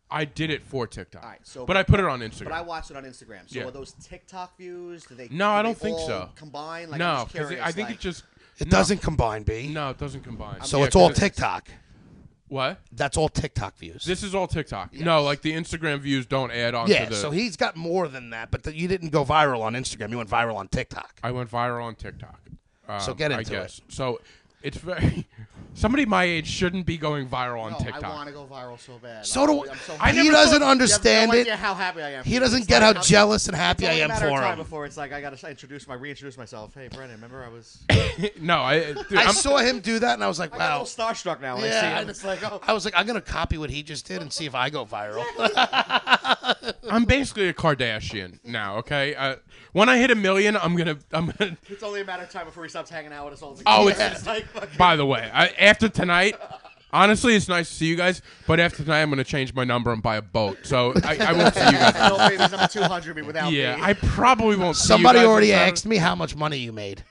B: I did it for TikTok.
H: Alright, so-
B: but I put it on Instagram.
H: But I watched it on Instagram. So
B: Yeah.
H: are those TikTok views? Do they?
B: no,
H: do
B: I
H: they
B: don't think
H: all
B: so.
H: Combine? Like, I'm
B: no,
H: just
B: 'cause it-
H: curious,
B: I think
H: like,
B: it just.
G: It
B: no,
G: doesn't combine B.
B: No, it doesn't combine.
G: So
B: Yeah,
G: it's all
B: 'cause
G: TikTok.
B: What?
G: That's all TikTok views.
B: This is all TikTok. No, like the Instagram views don't add on
G: yeah,
B: to the.
G: so he's got more than that, but the, you didn't go viral on Instagram. You went viral on TikTok.
B: I went viral on TikTok. Um,
G: So get
B: I
G: into it.
B: guess. So it's very. (laughs) Somebody my age shouldn't be going viral on
H: No,
B: TikTok.
H: I want to go viral so bad.
G: So do
H: I'm- I'm so
G: I.
H: happy.
G: He doesn't understand
H: you have no
G: it.
H: idea how happy I am.
G: He doesn't
H: It's
G: get how
H: like,
G: jealous and
H: It's
G: happy I
H: only a
G: am
H: matter of
G: for
H: time
G: him.
H: Before it's like I gotta introduce my reintroduce myself. Hey, Brennan, remember I was
B: (laughs) no, I, dude,
G: (laughs) I
B: I'm,
G: saw him do that, and I was like,
H: I got a
G: wow.
H: little starstruck now. When I see
G: Yeah,
H: him. It's like oh,
G: I was like, I'm gonna copy what he just did and see if I go viral.
B: I'm basically a Kardashian now. Okay, uh, when I hit a million, I'm gonna. I'm gonna.
H: it's only a matter of time before he stops hanging out with us all.
B: Oh,
H: (laughs)
B: it's-
H: just like fucking-
B: By the way, I, after tonight, honestly, it's nice to see you guys. But after tonight, I'm gonna change my number and buy a boat. So I, I won't see
H: (laughs)
B: you guys.
H: no babies number two hundred be without
B: Yeah,
H: me.
B: I probably won't. see you
G: Somebody
B: guys on
G: already
B: Saturday.
G: asked me how much money
B: (laughs)
G: you made.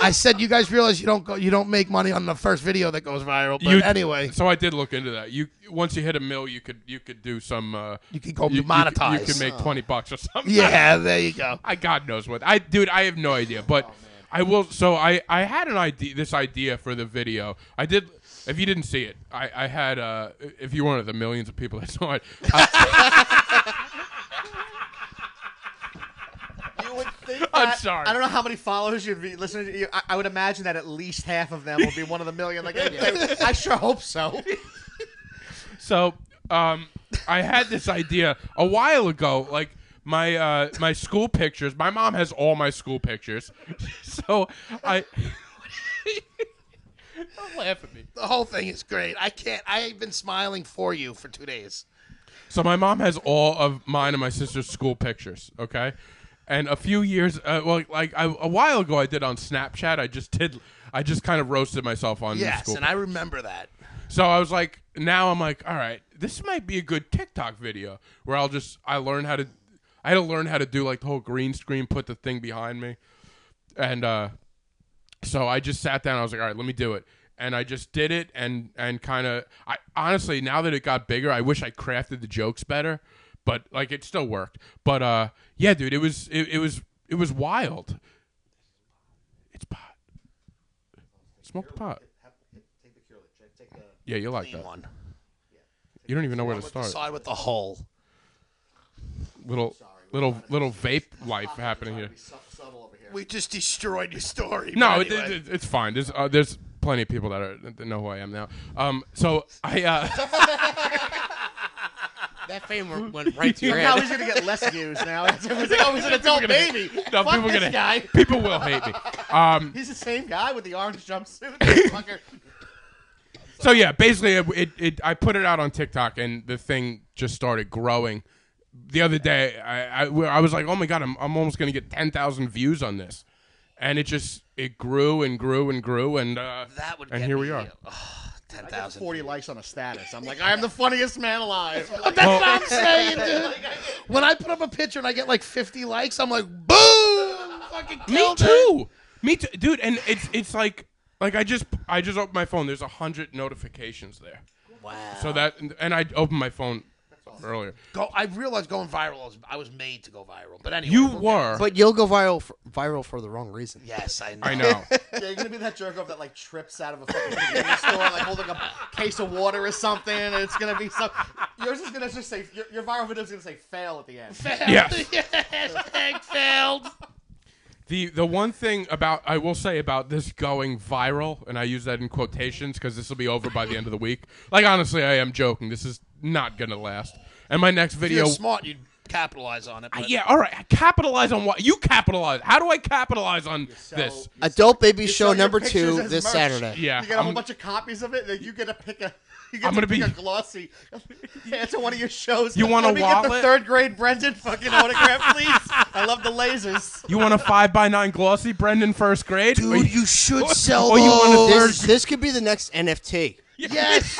G: I said, you guys realize you don't go, you don't make money on the first video that goes viral. But
B: You-
G: anyway,
B: So I did look into that. You once you hit a mill, you could you could do some. Uh,
G: You could go
B: you,
G: monetize.
B: You, could make twenty bucks or something.
G: yeah, there you go.
B: (laughs) I God knows what. I dude, I have no idea. But
G: Oh,
B: I will. So I I had an idea. This idea for the video. I did. If you didn't see it, I I had. Uh, if you're one of the millions of people that saw it, I,
H: (laughs) You would think that,
B: I'm sorry.
H: I don't know how many followers you'd be listening to. You. I, I would imagine that at least half of them will be one of the million. Like I, do. I sure hope so.
B: so um I had this idea a while ago. Like my uh my school pictures. My mom has all my school pictures. (laughs) so I. Don't laugh at me.
G: The whole thing is great. I can't. I've been smiling for you for two days.
B: So my mom has all of mine and my sister's school pictures. Okay, and a few years, uh, well, like I, a while ago, I did on Snapchat. I just did. I just kind of roasted myself on the
G: Yes,
B: school.
G: and I remember that.
B: so I was like, now I'm like, all right, this might be a good TikTok video where I'll just I learn how to, I had to learn how to do like the whole green screen, put the thing behind me, and uh, so I just sat down. I was like, all right, let me do it. And I just did it, and and kind of. I honestly, now that it got bigger, I wish I crafted the jokes better, but like it still worked. But uh, yeah, dude, it was it, it was it was wild. It's pot. Smoke the pot. Yeah, you like
G: Clean
B: that.
G: one.
B: You don't even know where to
G: With the
B: start.
G: side with the hole.
B: Little little little vape life happening here.
G: We just destroyed your story.
B: No,
G: but
B: it,
G: anyway.
B: it, it's fine. There's uh, there's plenty of people that are that know who I am now. Um, so I uh. (laughs)
E: That fame went- went right to your
H: Now
E: head.
H: he's gonna get less views now. (laughs) It's like, oh, he's an adult
B: People gonna-
H: baby.
B: (laughs) No,
H: Fuck
B: people
H: this
B: gonna-
H: guy.
B: People will hate me. Um,
H: He's the same guy with the orange jumpsuit.
B: (laughs)
H: Fucker.
B: so yeah, basically, it, it, it I put it out on TikTok, and the thing just started growing. The other day, I I, I was like, oh my god, I'm I'm almost gonna get ten thousand views on this, and it just it grew and grew and grew, and uh,
G: that would.
B: and
G: get
B: here
G: me,
B: we are.
G: oh, ten
H: I got
G: thousand.
H: 40 likes on a status. I'm like, I am the funniest man
B: (laughs)
H: alive.
B: Well,
G: I'm saying, dude. When I put up a picture and I get like 50 likes, I'm like, boom! Fucking
B: me
G: killed it.
B: too, me too, dude. And it's it's like like I just I just opened my phone. There's a hundred notifications there.
G: Wow.
B: So that and I opened my phone earlier.
G: Go, I realized going viral, I was, I was made to go viral. But anyway.
B: You were,
E: But you'll go viral for, viral for the wrong reason.
G: Yes, I know.
B: I
G: (laughs)
B: know.
H: (laughs) yeah, you're gonna be that jerk off that like trips out of a fucking convenience store, like holding a case of water or something. And it's gonna be so. Yours is gonna just say your, your viral video's gonna say fail at the end.
B: yes.
G: Hashtag failed.
B: The the one thing about I will say about this going viral, and I use that in quotations because this will be over by the end of the week. Like honestly, I am joking. This is not gonna last. And my next
G: If you're
B: video,
G: smart, you'd capitalize on it.
B: I-
G: but-
B: yeah, all right. Capitalize on what you capitalize. How do I capitalize on this?
E: Adult Baby Show
H: sell your
E: number
H: pictures
E: two
H: as
E: this
H: merch.
E: Saturday.
B: Yeah,
H: You get a whole
B: I'm-
H: bunch of copies of it, then you get to pick a. You get
B: I'm
H: to
B: gonna
H: pick
B: be-
H: a glossy. Yeah, it's one of your shows.
B: You want
H: Let
B: a
H: me Get the
B: wallet?
H: third grade Brendan fucking autograph, please. I love the lasers.
B: you want a five by nine glossy, Brendan, first grade? Or
G: Dude,
B: (laughs)
G: you should sell
B: or you want a
G: those.
E: This, (laughs) this could be the next NFT.
G: (laughs) yes.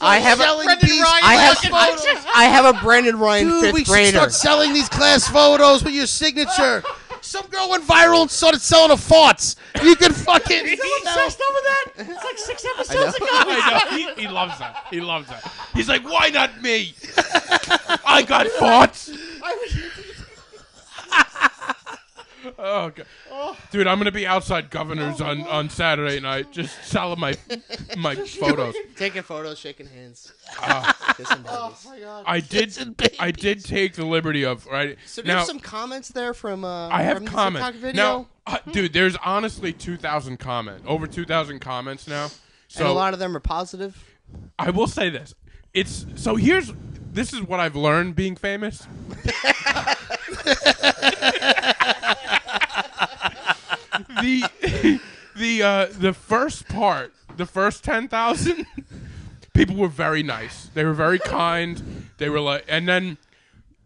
E: I have a,
G: selling
H: Brendan
G: these
H: Ryan
E: I have
G: class photos.
E: I, I have a Brandon Ryan
G: Dude, we
E: fifth
G: should
E: grader.
G: start selling these class photos with your (laughs) signature. Some girl went viral and started selling her farts. You could (laughs) fucking.
H: obsessed over that. It's like six
B: (laughs)
H: episodes ago.
B: I know. He, he loves that. He loves that. He's like, why not
E: (laughs)
B: me? I got farts.
H: I was-
B: Oh, God. dude, I'm gonna be outside Governors on, on Saturday night, just selling my
E: (laughs)
B: my photos.
E: Taking photos, shaking hands, kissing babies.
G: Oh
H: Oh.
B: I did I did take the liberty of right
E: So do you
B: now.
E: have some comments there from uh,
B: I have
E: from the
B: comments
E: TikTok video?
B: now, uh, dude. There's honestly 2,000 comments, over 2,000 comments now. So
E: and a lot of them are positive.
B: I will say this. It's so here's this is what I've learned being famous. (laughs) the the uh, the first part, the first ten thousand people were very nice. They were very kind. They were like, and then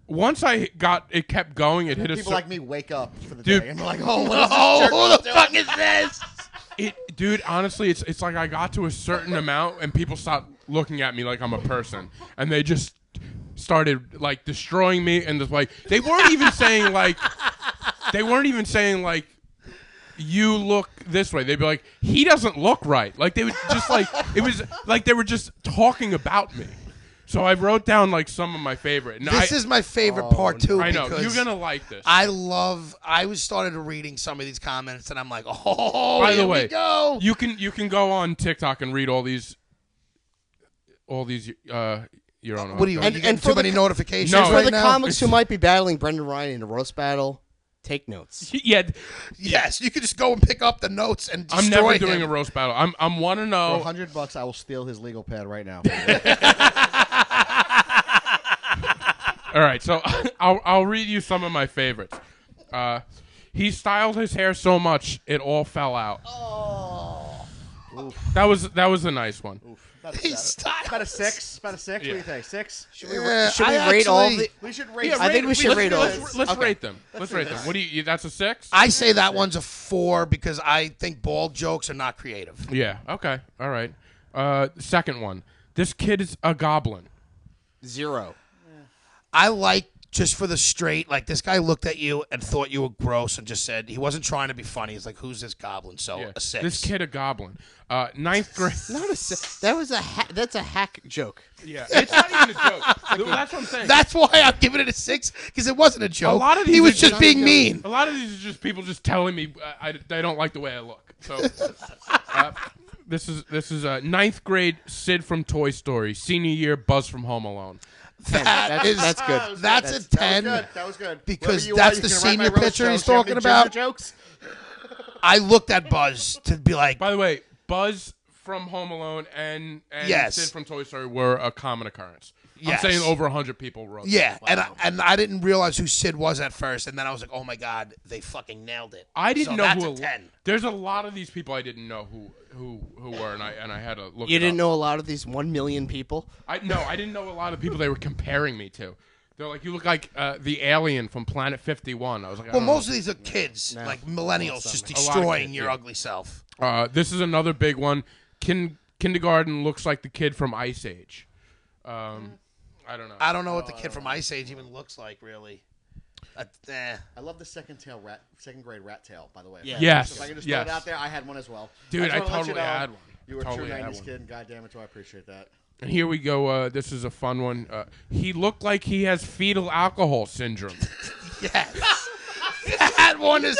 B: once I got it kept going, it hit a
H: People
B: cer-
H: like me wake up for the
B: Dude.
H: day and we're like, oh, what
G: Oh, who the fuck is this?
B: It, dude, honestly, it's it's like I got to a certain amount and people stopped looking at me like I'm a person, and they just started like destroying me and just like they weren't even saying like they weren't even saying like you look this way. They'd be like he doesn't look right. Like they would just like it was like they were just talking about me. So I wrote down like some of my favorite. And
G: (laughs) This
B: I,
G: is my favorite part too.
B: I know
G: because
B: you're gonna like this.
G: I love. I was started reading some of these comments, and I'm like, oh,
B: By
G: here
B: the way,
G: we go.
B: you can you can go on TikTok and read all these all these uh your own.
G: what do you?
E: And-
G: you
E: and
G: getting
E: for
G: too
E: the
G: many
E: co-
G: notifications
B: No.
E: For
G: right
E: the
G: now.
E: comics who might be battling Brendan Ryan in a roast battle, take notes.
B: Yeah,
G: yes, you could just go and pick up the notes and
B: I'm
G: destroy
B: never doing a
G: him.
B: roast battle. I'm I'm one to
H: For
B: know.
H: 100 bucks, I will steal his legal pad
G: (laughs)
H: right now.
B: All right, so (laughs) I'll I'll read you some of my favorites. Uh, he styled his hair so much it all fell out. Oh. That was that was a nice one.
G: (laughs) He's styled.
H: about a six? About a six? What do you think? Six? Should we,
G: Yeah,
E: Should we
G: I
E: rate all
G: actually-
E: the?
H: we should rate
E: I think we should
B: let's-
E: rate all
B: Let's,
E: these.
B: let's rate them. Let's rate them. What do you? you- That's a six.
G: I say that one's a four because I think bald jokes are not creative.
B: yeah. Okay. All right. Uh, second one. This kid is a goblin.
E: Zero.
G: I like just for the straight, like this guy looked at you and thought you were gross and just said he wasn't trying to be funny. He's like, who's this goblin? So
B: Yeah.
G: a six. (laughs)
B: This kid a goblin. Uh,
E: (laughs)
B: ninth grade.
E: Not a se- (laughs) that was a ha- that's a hack joke.
B: yeah, it's not even a joke. (laughs) That's what I'm saying.
G: That's why I'm giving it a six because it wasn't a joke.
B: A lot of these
G: he
B: are
G: was just being
B: jokes. (laughs)
G: mean.
B: A lot of these are just people just telling me uh, I, they don't like the way I look. (laughs) So uh, this is this is uh, ninth grade Sid from Toy Story, senior year Buzz from Home Alone.
G: That
E: That's-
G: is
E: that's (laughs) good.
G: That's, a ten.
H: That was good.
G: Because
H: Whoever you
G: that's
H: are,
G: the
H: you can write my
G: senior
H: roast
G: picture he's
H: jokes. You have any
G: talking about.
H: ginger Jokes?
G: I looked at Buzz to be like,
B: By the way, Buzz from Home Alone and, and
G: Yes.
B: Sid from Toy Story were a common occurrence.
G: Yes.
B: I'm saying over hundred people wrote.
G: yeah, and I, and I didn't realize who Sid was at first, and then I was like, oh my god, they fucking nailed it.
B: I didn't
G: So
B: know
G: that's
B: who.
G: a
B: a-
G: ten.
B: There's a lot of these people I didn't know who who who were, and I and I had to look.
E: You
B: it
E: didn't
B: up.
E: know a lot of these one million people.
B: I no, I didn't know a lot of people they were comparing me to. They're like, you look like uh, the alien from Planet Fifty One. I was like, oh. I
G: Well,
B: don't know.
G: most of these are kids, like millennials, just
B: lot of
G: destroying
B: kids,
G: your
B: yeah.
G: ugly self.
B: Uh, this is another big one. Kin- kindergarten looks like the kid from Ice Age. Um, I don't know.
G: I don't know what the kid from Ice Age even looks like, really. Uh, eh.
H: I love the second tail rat, second grade rat tail. By the way,
B: Yes,
H: So if I can just
B: yes.
H: throw it out there, I had one as well.
B: Dude,
H: just
B: I
H: wanna let
B: totally had one.
H: You were
B: Totally
H: a
B: had
H: true '90s
B: one.
H: kid, and goddamn it, do I appreciate that.
B: and here we go. Uh, this is a fun one. Uh, he looked like he has fetal alcohol syndrome.
G: (laughs) Yes. that one is.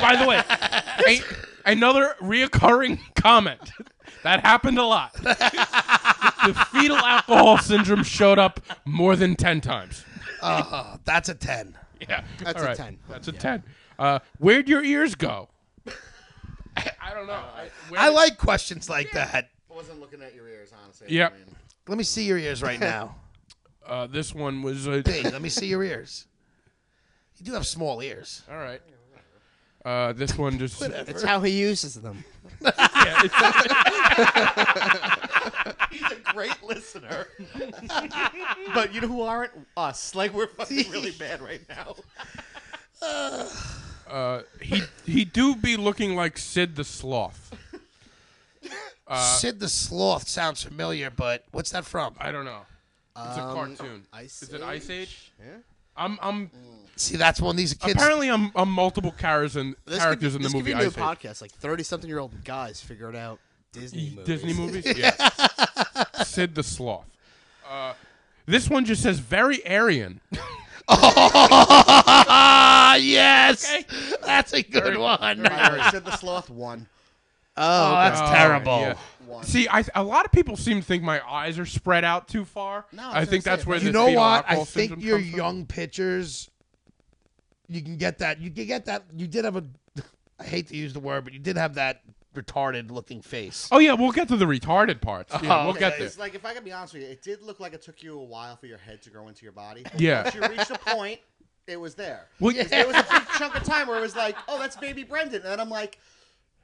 B: By the way, a- another reoccurring comment that happened a
G: (laughs)
B: lot. the fetal alcohol syndrome showed up more than ten times.
G: uh, that's a 10.
B: Yeah.
E: That's
B: All
E: a
B: right.
E: 10.
B: That's a 10. Uh, where'd your ears go? (laughs) I, I don't know. I, where-
G: I like questions like that.
H: I wasn't looking at your ears, honestly.
B: Yep.
H: I mean,
G: Let me see your ears right
B: (laughs)
G: now.
B: uh, this one was uh,
G: Big. Let me see your ears. You do have small ears.
B: all right. Uh, this one just
E: That's how he uses them.
H: he's a great
B: (laughs)
H: listener, but you know who aren't us? Like we're
B: (laughs)
H: fucking really bad right now.
B: uh, he he do be looking like Sid the Sloth.
G: uh, Sid the Sloth sounds familiar, but what's that from?
B: I don't know. It's a cartoon.
E: Ice
B: Is it Ice Age? Yeah. I'm I'm
G: See, that's one of these kids.
B: apparently I'm, I'm multiple characters in characters in the
E: this could
B: movie
E: be a new
B: Ice Age.
E: podcast. Like thirty-something-year-old guys figured out Disney movies.
B: E Disney movies? Yeah. Sid the Sloth. Uh, this one just says very Aryan.
G: Ah, yes. That's a (laughs) good one.
H: I said the sloth one.
G: Oh, that's
B: Oh,
G: terrible.
B: yeah. See, I, a lot of people seem to think my eyes are spread out too far.
H: No, I
B: I
H: was gonna
B: think
H: say,
B: that's where
H: but-
G: You
B: this
G: know
B: fetal
G: what? I
B: alcohol
G: think
B: syndrome
G: your
B: comes from.
G: young pitchers, you can get that. You can get that. You did have a. I hate to use the word, but you did have that retarded looking face.
B: Oh yeah, we'll get to the retarded parts. Yeah,
G: Oh,
B: we'll get there.
H: It's like if I can be honest with you, it did look like it took you a while for your head to grow into your body.
B: Yeah.
H: Once you reached a point, it was there.
B: Well,
H: It was- There was a big chunk of time where it was like, oh, that's baby Brendan, and I'm like,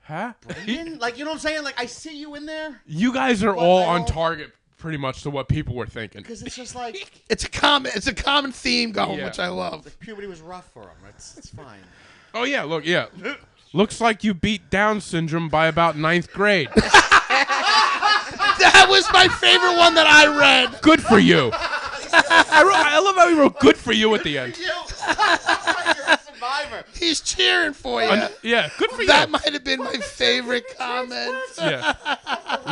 B: Huh?
H: Brendan? like you know what I'm saying? Like I see you in there
B: You guys are
H: Well,
B: all
H: I
B: on
H: don't-
B: target, pretty much to what people were thinking.
H: because it's
B: (laughs)
H: just like
G: It's a common. It's a common theme going,
B: Yeah.
G: Oh, which I love.
H: like puberty was rough for him. It's, it's fine.
B: Oh yeah, look, yeah. Looks like you beat Down syndrome by about ninth grade.
G: (laughs) That was my favorite one that I read.
B: Good for you. I, wrote, I love how he wrote "good for you" at the end.
H: You, (laughs) you're a survivor.
G: He's cheering for you.
B: Un- yeah, good for
G: that
B: you.
G: might have been my favorite comment.
B: yeah.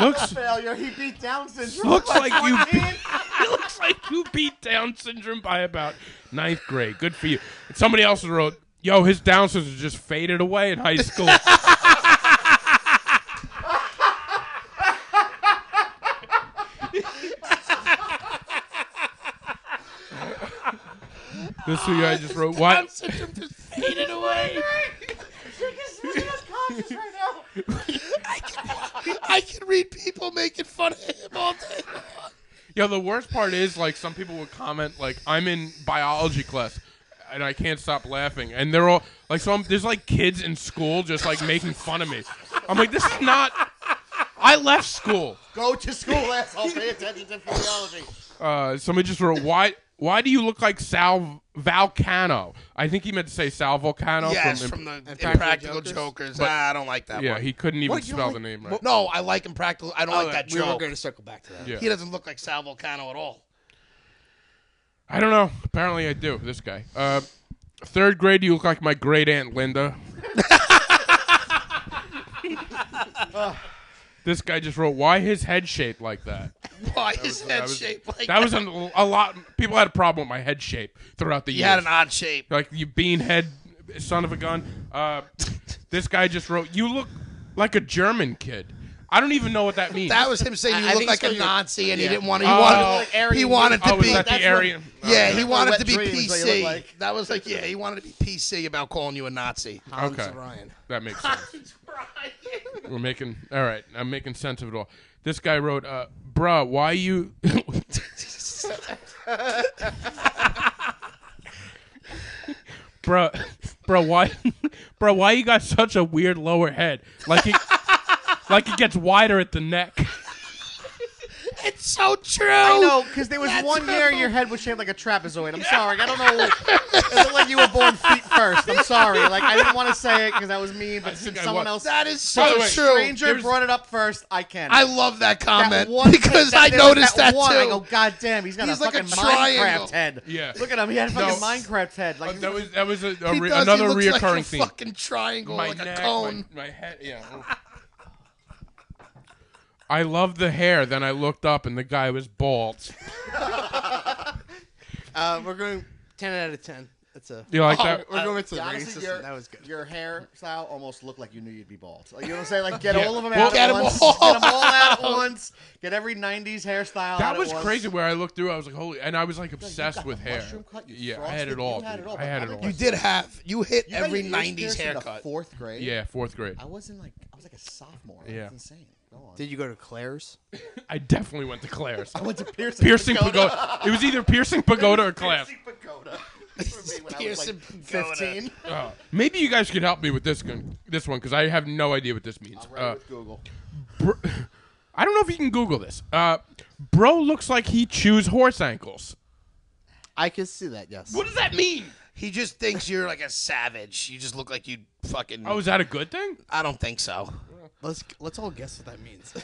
B: Looks
H: Failure. He beat Down syndrome.
B: looks like you (laughs) beat, looks like you beat Down syndrome by about ninth grade. Good for you. And somebody else wrote, "Yo, his Down syndrome just faded away in high
G: (laughs)
B: school." this who I just wrote. What?
G: syndrome just faded away. I can read people making fun of him all day.
B: Yeah, the worst part is like some people would comment like I'm in biology class and I can't stop laughing and they're all like so I'm, there's like kids in school just like making fun of me. I'm like this is not I left school.
H: Go to school, asshole. Pay attention to physiology.
B: Uh, somebody just wrote why why do you look like Sal Volcano? I think he meant to say Sal Volcano
G: Yes,
B: from,
G: from the
E: Impractical
G: Impractical
E: Jokers?
G: Jokers. Ah, I don't like that
B: Yeah,
G: one.
B: he couldn't even
E: What, you
B: spell
E: like-
B: the name right. Oh,
E: what-
G: no, I like Impractical. I don't like that
E: we were
G: joke.
E: going to circle back to that.
B: Yeah.
G: He doesn't look like Sal Volcano at all.
B: I don't know. Apparently I do. This guy. Uh, third grade you look like my great aunt Linda. this guy just wrote, "Why his head shaped like that?"
G: Why is
B: that
G: head
B: was-
G: shaped like
B: That was a, a lot. People had a problem with my head shape throughout the
G: You
B: years.
G: had an odd shape.
B: like you bean head, son of a gun. Uh, this guy just wrote, "You look like a German kid." I don't even know what that means.
G: That was him saying
E: I-
G: you
E: I
G: look
E: think
G: like
E: it's
G: a
E: what you-
G: Nazi, and he didn't want to. He
B: Oh.
G: wanted.
H: Like Aryan
G: he wanted to
B: oh,
G: be.
B: is that
H: that's
B: the
H: what-
B: Aryan?
G: yeah, he wanted
H: wet
G: to be
H: dream is what you look
G: PC.
H: like.
G: That was like, yeah, he wanted to be PC about calling you a Nazi.
B: Oh, okay,
E: Ryan.
B: that makes sense. We're making all right. I'm making sense of it all. This guy wrote, uh, "Bruh, why you?" (laughs) bruh, bruh, why, bruh, why you got such a weird lower head? Like it, like it gets wider at the neck.
G: It's so true.
H: I know, because there was one year your head was shaped like a trapezoid. I'm sorry. I don't know. It looked like you were born feet first. I'm sorry. Like, I didn't want to say it because that was me, but since
B: I
H: someone
B: was.
H: else,
G: That is
B: By the
G: so
B: way,
G: true.
H: stranger
B: there's-
H: brought it up first, I can.
G: I love that
H: That
G: comment (laughs)
H: one-
G: because
H: that-
G: I
H: there was
G: noticed that,
H: one,
G: too.
H: I go, God damn, he's got
G: He's
H: a
G: like a
H: fucking
G: triangle."
H: Minecraft head.
B: Yeah.
H: Look at him. He had a fucking
B: No. Oh,
H: Minecraft head. Like,
B: That was that was a, a
G: He
B: re-
G: does, he
B: another
G: looks
B: reoccurring
G: like a
B: theme.
G: Fucking triangle, like a cone.
B: My, my head, yeah. I love the hair. Then I looked up, and the guy was bald.
E: Uh, we're going 10 out of 10. That's a. uh,
B: You
G: Oh,
B: like that?
E: We're going to the rating
H: honestly,
E: system.
H: your,
E: That was good.
H: your hairstyle almost looked like you knew you'd be bald. Like, you know what I'm saying? Like, get
B: Yeah.
H: all of them
B: Well,
H: out
G: get
H: at
G: 'em
H: once.
G: all
H: Get them all out at once. Get every 90s hairstyle out
B: That
H: at
B: was
H: once.
B: crazy. Where I looked through, I was like, "Holy!" And I was like obsessed
H: got
B: with
H: the
B: hair.
H: mushroom cut, you
B: yeah, I
H: frosted,
B: had it
H: you
B: all.
H: had
B: dude.
H: it all,
B: I had
H: but
B: it
H: other
B: all.
G: You did have you hit
H: You got
G: every
H: your ears
G: '90s
H: pierced in the
G: haircut.
H: fourth grade.
B: Yeah, fourth grade.
H: I was in like I was like a sophomore.
B: Yeah.
H: That's insane. Go on.
E: Did you go to Claire's?
B: I definitely went to Claire's.
H: (laughs) I went to Pearson.
B: Piercing
H: (laughs)
B: pagoda. It was either piercing pagoda or Claire's.
H: Pagoda. (laughs) For me when I was
G: Piercing
H: like
G: pagoda.
H: 15.
B: Oh. Maybe you guys could help me with this gun, this one, because I have no idea what this means.
H: Right
B: Uh,
H: with Google.
B: br- I don't know if you can Google this. Uh, bro looks like he chews horse ankles.
E: I could see that, yes.
B: What does that mean?
G: He just thinks you're like a savage. You just look like you fucking.
B: Oh, is that a good thing?
G: I don't think so.
E: Let's let's all guess what that means.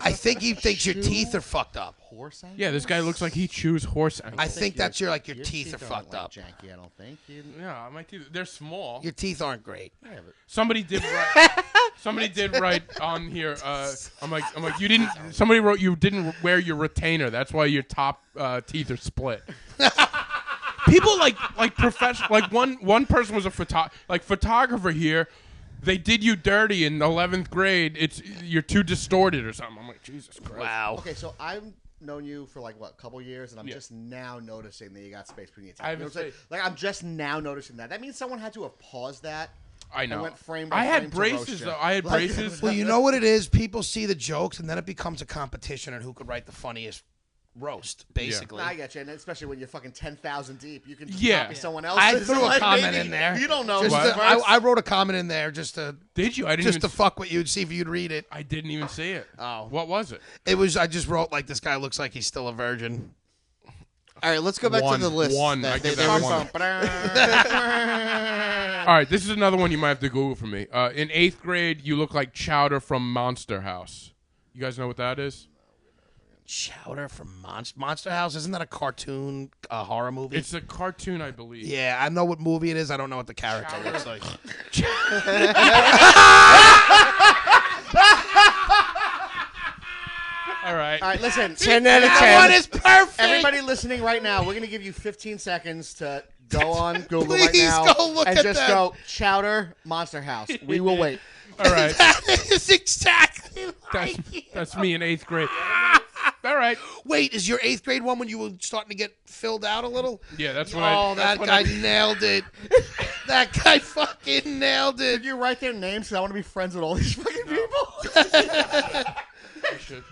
G: I think he thinks your teeth are fucked up.
H: Horse ankle?
B: Yeah, this guy looks like he chews horse ankles.
G: I think that's your like your,
H: Your
G: teeth, are
H: aren't,
G: fucked
H: like,
G: up.
H: Janky, I don't think. You,
B: yeah, my teeth. They're small.
G: Your teeth aren't great.
B: Somebody did write. somebody did write on here. Uh, I'm like, I'm like, you didn't. Somebody wrote you didn't wear your retainer. That's why your top uh, teeth are split. people like like professional like one one person was a photo- like photographer here. They did you dirty in eleventh grade. It's you're too distorted or something. I'm like Jesus Christ.
G: Wow.
H: Okay, so I've known you for like what, a couple years, and I'm just now noticing that you got space between your
B: I
H: time.
B: haven't
H: You know what I'm saying?
B: said-
H: like I'm just now noticing that. That means someone had to have paused that.
B: I
H: and
B: know.
H: went frame by
B: I had
H: frame to roast
B: braces
H: you.
B: though. I had
H: (laughs) Like-
B: braces.
G: Well, you know what it is. People see the jokes, and then it becomes a competition on who could write the funniest roast. Basically,
H: I get you, and especially when you're fucking ten thousand deep, you can just
B: Yeah.
H: copy someone else.
G: I
H: (laughs) It's
G: threw a
H: like,
G: comment
H: maybe
G: in there.
H: You don't know.
G: Just
H: who's
G: to-
H: the first.
G: I, I wrote a comment in there just to
B: Did you? I didn't
G: just
B: even.
G: to fuck with you and see if you'd read it.
B: I didn't even see it. Oh, what was it?
G: It was I just wrote like this guy looks like he's still a virgin.
E: All right, let's go back
B: one.
E: to the list.
B: One.
E: that-
B: I give
H: (laughs)
E: there
B: that
E: was-
B: one. (laughs) All right, this is another one you might have to Google for me. Uh, in eighth grade, you look like Chowder from Monster House. You guys know what that is?
G: Chowder from Monster Monster House. Isn't that a cartoon uh, horror movie?
B: It's a cartoon, I believe.
G: yeah, I know what movie it is. I don't know what the character looks like.
B: All right.
H: All right, listen.
E: Ten out of
G: That one
E: ten.
G: is (laughs) perfect.
H: Everybody listening right now, we're gonna give you 15 seconds to
G: (laughs)
H: go on Google right
G: Please
H: now
G: go look
H: and
G: at
H: just
G: that.
H: go Chowder Monster
G: (laughs)
H: House. We will wait.
B: All right.
G: that is exactly like
B: That's,
G: you.
B: that's me in eighth grade. All right.
G: Wait, is your eighth grade one when you were starting to get filled out a little?
B: Yeah, that's when I.
G: Oh, that
B: that's when
G: guy
B: I- (laughs)
G: nailed it. that guy fucking nailed it.
H: Did you write their names? Because I want to be friends with all these
G: (laughs)
H: fucking people.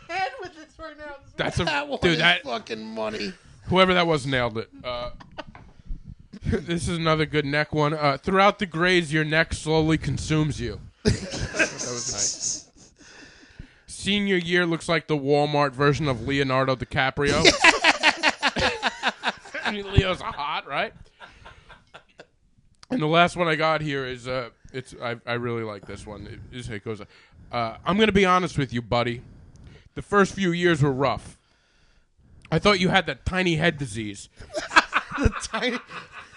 H: Head with this right now.
B: That's a
G: (laughs) That one
B: dude.
G: is
B: That
G: fucking money.
B: whoever that was nailed it. Uh, (laughs) this is another good neck one. Uh, throughout the grades, your neck slowly consumes you. (laughs) that was nice. Senior year looks like the Walmart version of Leonardo DiCaprio. I mean, Leo's hot, right? And the last one I got here is uh, it's I, I really like this one. It, is- it goes, uh, I'm gonna be honest with you, buddy. The first few years were rough. I thought you had that tiny head disease.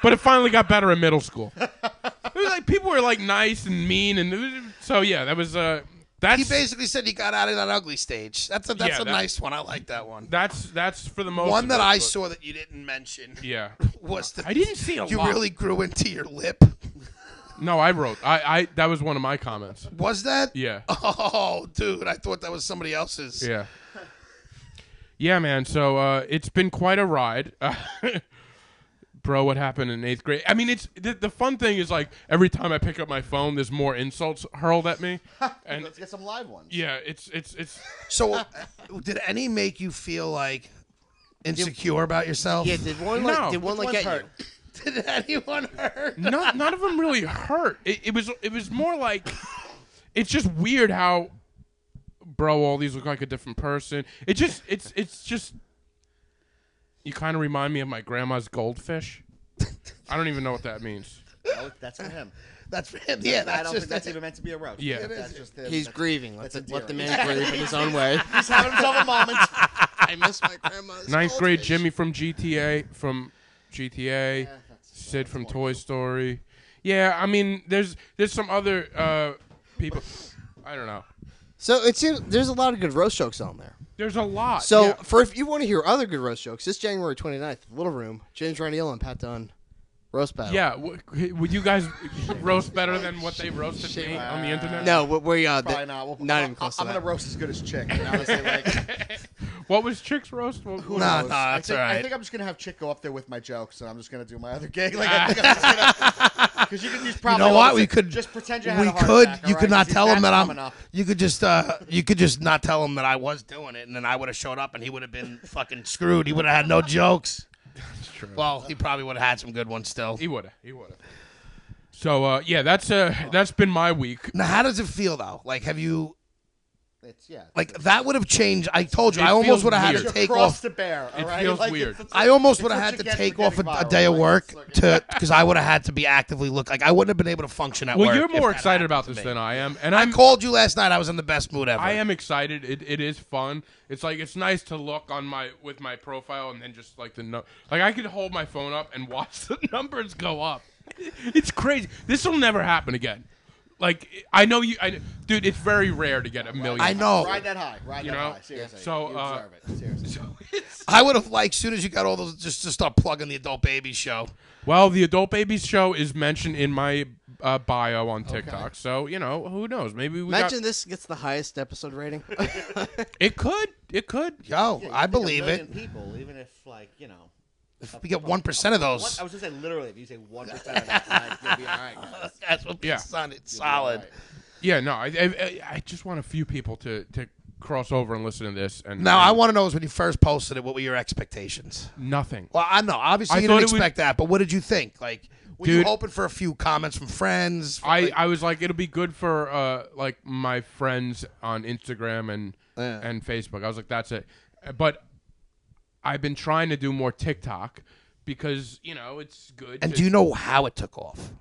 B: But it finally got better in middle school. It was like people were like nice and mean, and it was- so yeah, that was uh,
G: He
B: that's
G: basically said he got out of that ugly stage. That's a that's
B: Yeah,
G: a
B: that-
G: nice one. I like that one.
B: that's that's for the most
G: one
B: of
G: that
B: it,
G: I
B: but-
G: saw that you didn't mention
B: Yeah,
G: was the
B: I didn't see a
G: you
B: lot.
G: really grew into your lip.
B: no, I wrote I I that was one of my
G: (laughs)
B: comments.
G: Was that?
B: Yeah,
G: Oh, dude, I thought that was somebody else's.
B: yeah, yeah, man. So uh, it's been quite a ride. (laughs) Bro, what happened in eighth grade? I mean, it's the, the fun thing is like every time I pick up my phone, there's more insults hurled at
G: (laughs)
B: me, and
H: Let's get some live ones.
B: yeah, it's it's it's
G: So, (laughs) uh, did any make you feel like insecure about yourself?
E: Yeah, did one like
B: No.
E: did one like
H: One's
E: get
H: hurt.
E: you?
G: (laughs) Did anyone hurt?
B: none, none of them really hurt. It, it was it was more like it's just weird how bro all these look like a different person. It just it's it's just you kind of remind me of my grandma's goldfish. I don't even know what that means.
H: No, Oh, that's for him.
G: That's for him. Yeah, that's
H: I don't
G: just
H: think that's even meant to be a roast.
B: Yeah. It
H: that's just him.
E: He's
H: That's-
E: grieving. Let the,
H: that's
E: let the
H: endearing.
E: man grieve in his own (laughs) way.
H: He's having himself a moment.
E: (laughs) I miss my grandma's.
B: Ninth grade
E: goldfish.
B: Jimmy from GTA from GTA, Sid from Toy Story. Yeah, I mean there's there's some other uh, people. I don't know.
E: So it seems there's a lot of good roast jokes on there.
B: There's a lot.
E: So
B: yeah.
E: for if you want to hear other good roast jokes, this January 29th, Little Room, James Raniel and Pat Dunn, roast battle.
B: Yeah, w- would you guys roast better than what they roasted me on the internet?
E: No, we, we uh,
H: Probably
E: th-
H: not. We'll-
E: not
H: I'm-
E: even close.
H: I'm
E: to
H: gonna
E: that.
H: roast as good as chick. And honestly, like,
B: What was Chick's roast? What, what-
G: Nah, nah,
H: I,
G: that's
H: think,
G: all right.
H: I think I'm just gonna have chick go up there with my jokes, and I'm just gonna do my other gig. (laughs) Like, I think I'm just gonna because you can use probably.
G: Ah. you know
H: all
G: what?
H: the
G: We
H: same-
G: could
H: just pretend you had
G: we
H: a heart
G: could.
H: attack,
G: you
H: all
G: could
H: right?
G: not
H: 'Cause
G: tell him
H: that's
G: that I'm.
H: coming up.
G: You could just. Uh, you could just not tell him that I was doing it, and then I would have showed up, and he would have been fucking screwed. He would have had no jokes. Well, he probably would have had some good ones still.
B: He would have. He would have. So uh, yeah, that's uh, that's been my week.
G: Now, how does it feel though? Like, have you
H: It's yeah.
G: like that would have changed? I told you,
B: It
G: I
B: feels
G: almost would have had
B: weird. You're
G: to take
H: Cross
G: off.
H: the bear. all
B: It
H: right?
B: feels
H: Like,
B: weird.
H: it's- it's-
G: I almost
H: it's
G: would have
H: what
G: had
H: you
G: to
H: get for
G: take off a,
H: getting
G: a
H: viral,
G: day of
H: like,
G: work
H: it's like-
G: to because I would have had to be actively look like I wouldn't have been able to function at
B: Well,
G: work.
B: you're
G: if
B: more
G: that
B: excited
G: happened
B: about
G: to
B: this
G: me.
B: than I am, and
G: I
B: I'm
G: called you last night. I was in the best mood ever.
B: I am excited. It, it is fun. It's like it's nice to look on my with my profile and then just like the no, like I could hold my phone up and (laughs) watch the numbers go up. (laughs) It's crazy. This will never happen again. Like I know you, I, dude. It's very rare to get a million.
G: I know.
H: Ride that high. Ride
B: You
H: that
B: know?
H: high. Seriously.
B: So,
H: you
B: uh,
H: (laughs) deserve it. Seriously.
B: So it's-
G: I would have liked soon as you got all those just to start plugging the adult baby show.
B: Well, the Adult Babies show is mentioned in my uh, bio on TikTok, so you know who knows? Maybe we
E: Imagine
B: got,
E: this gets the highest episode (laughs) rating.
B: it could, it could.
G: Yo, I
H: Think a
G: believe
H: million
G: it.
H: People, even if like you know,
G: If we get one percent of
H: one,
G: those,
H: I was just saying literally, if you say one percent of that time, you'll be all
G: (laughs)
H: right. guys.
G: that's what
B: Yeah.
G: son, it's solid.
B: Yeah, no, I, I, I just want a few people to to cross over and listen to this. And
G: Now I want to know is when you first posted it, what were your expectations?
B: nothing.
G: Well, I know obviously
B: I
G: you didn't
B: thought it would-
G: expect that, but what did you think? Like, were you
B: Dude.
G: hoping for a few comments from friends? From,
B: I,
G: like-
B: I was like, it'll be good for uh like my friends on Instagram and and Facebook. I was like, that's it. But I've been trying to do more TikTok because you know it's good.
G: and
B: to-
G: do you know how it took off?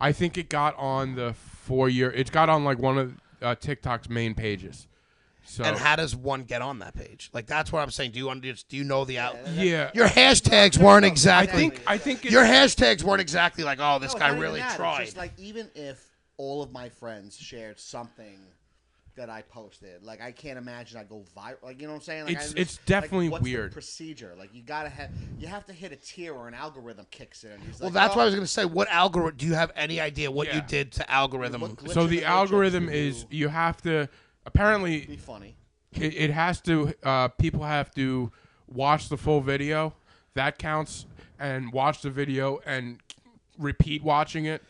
B: I think it got on the four year. It got on like one of uh, TikTok's main pages. So
G: And how does one get on that page? Like that's what I'm saying. Do you under, do you know the out?
B: yeah,
G: Your hashtags weren't
B: I
G: exactly.
B: think I think
G: your
B: it's-
G: hashtags weren't exactly like, oh, this
H: No, it's
G: guy
H: not even
G: really
H: that. It's
G: tried.
H: just like even if all of my friends shared something that I posted, like I can't imagine I go viral. Like you know what I'm saying? Like, I
B: It's-
H: just-
B: it's definitely
H: like, what's the
B: weird.
H: procedure like you gotta have you have to hit a tier or an algorithm kicks in. He's
G: well,
H: like,
G: that's
H: oh,
G: what I was gonna say. What algorithm? Do you have any idea what you
B: Yeah.
G: did to algorithm?
H: what glitch
B: so
H: in
B: the
H: matrix
B: algorithm
H: to
B: is you have to apparently
H: be funny.
B: It, it has to. Uh, people have to watch the full video. That counts. And watch the video and repeat watching it.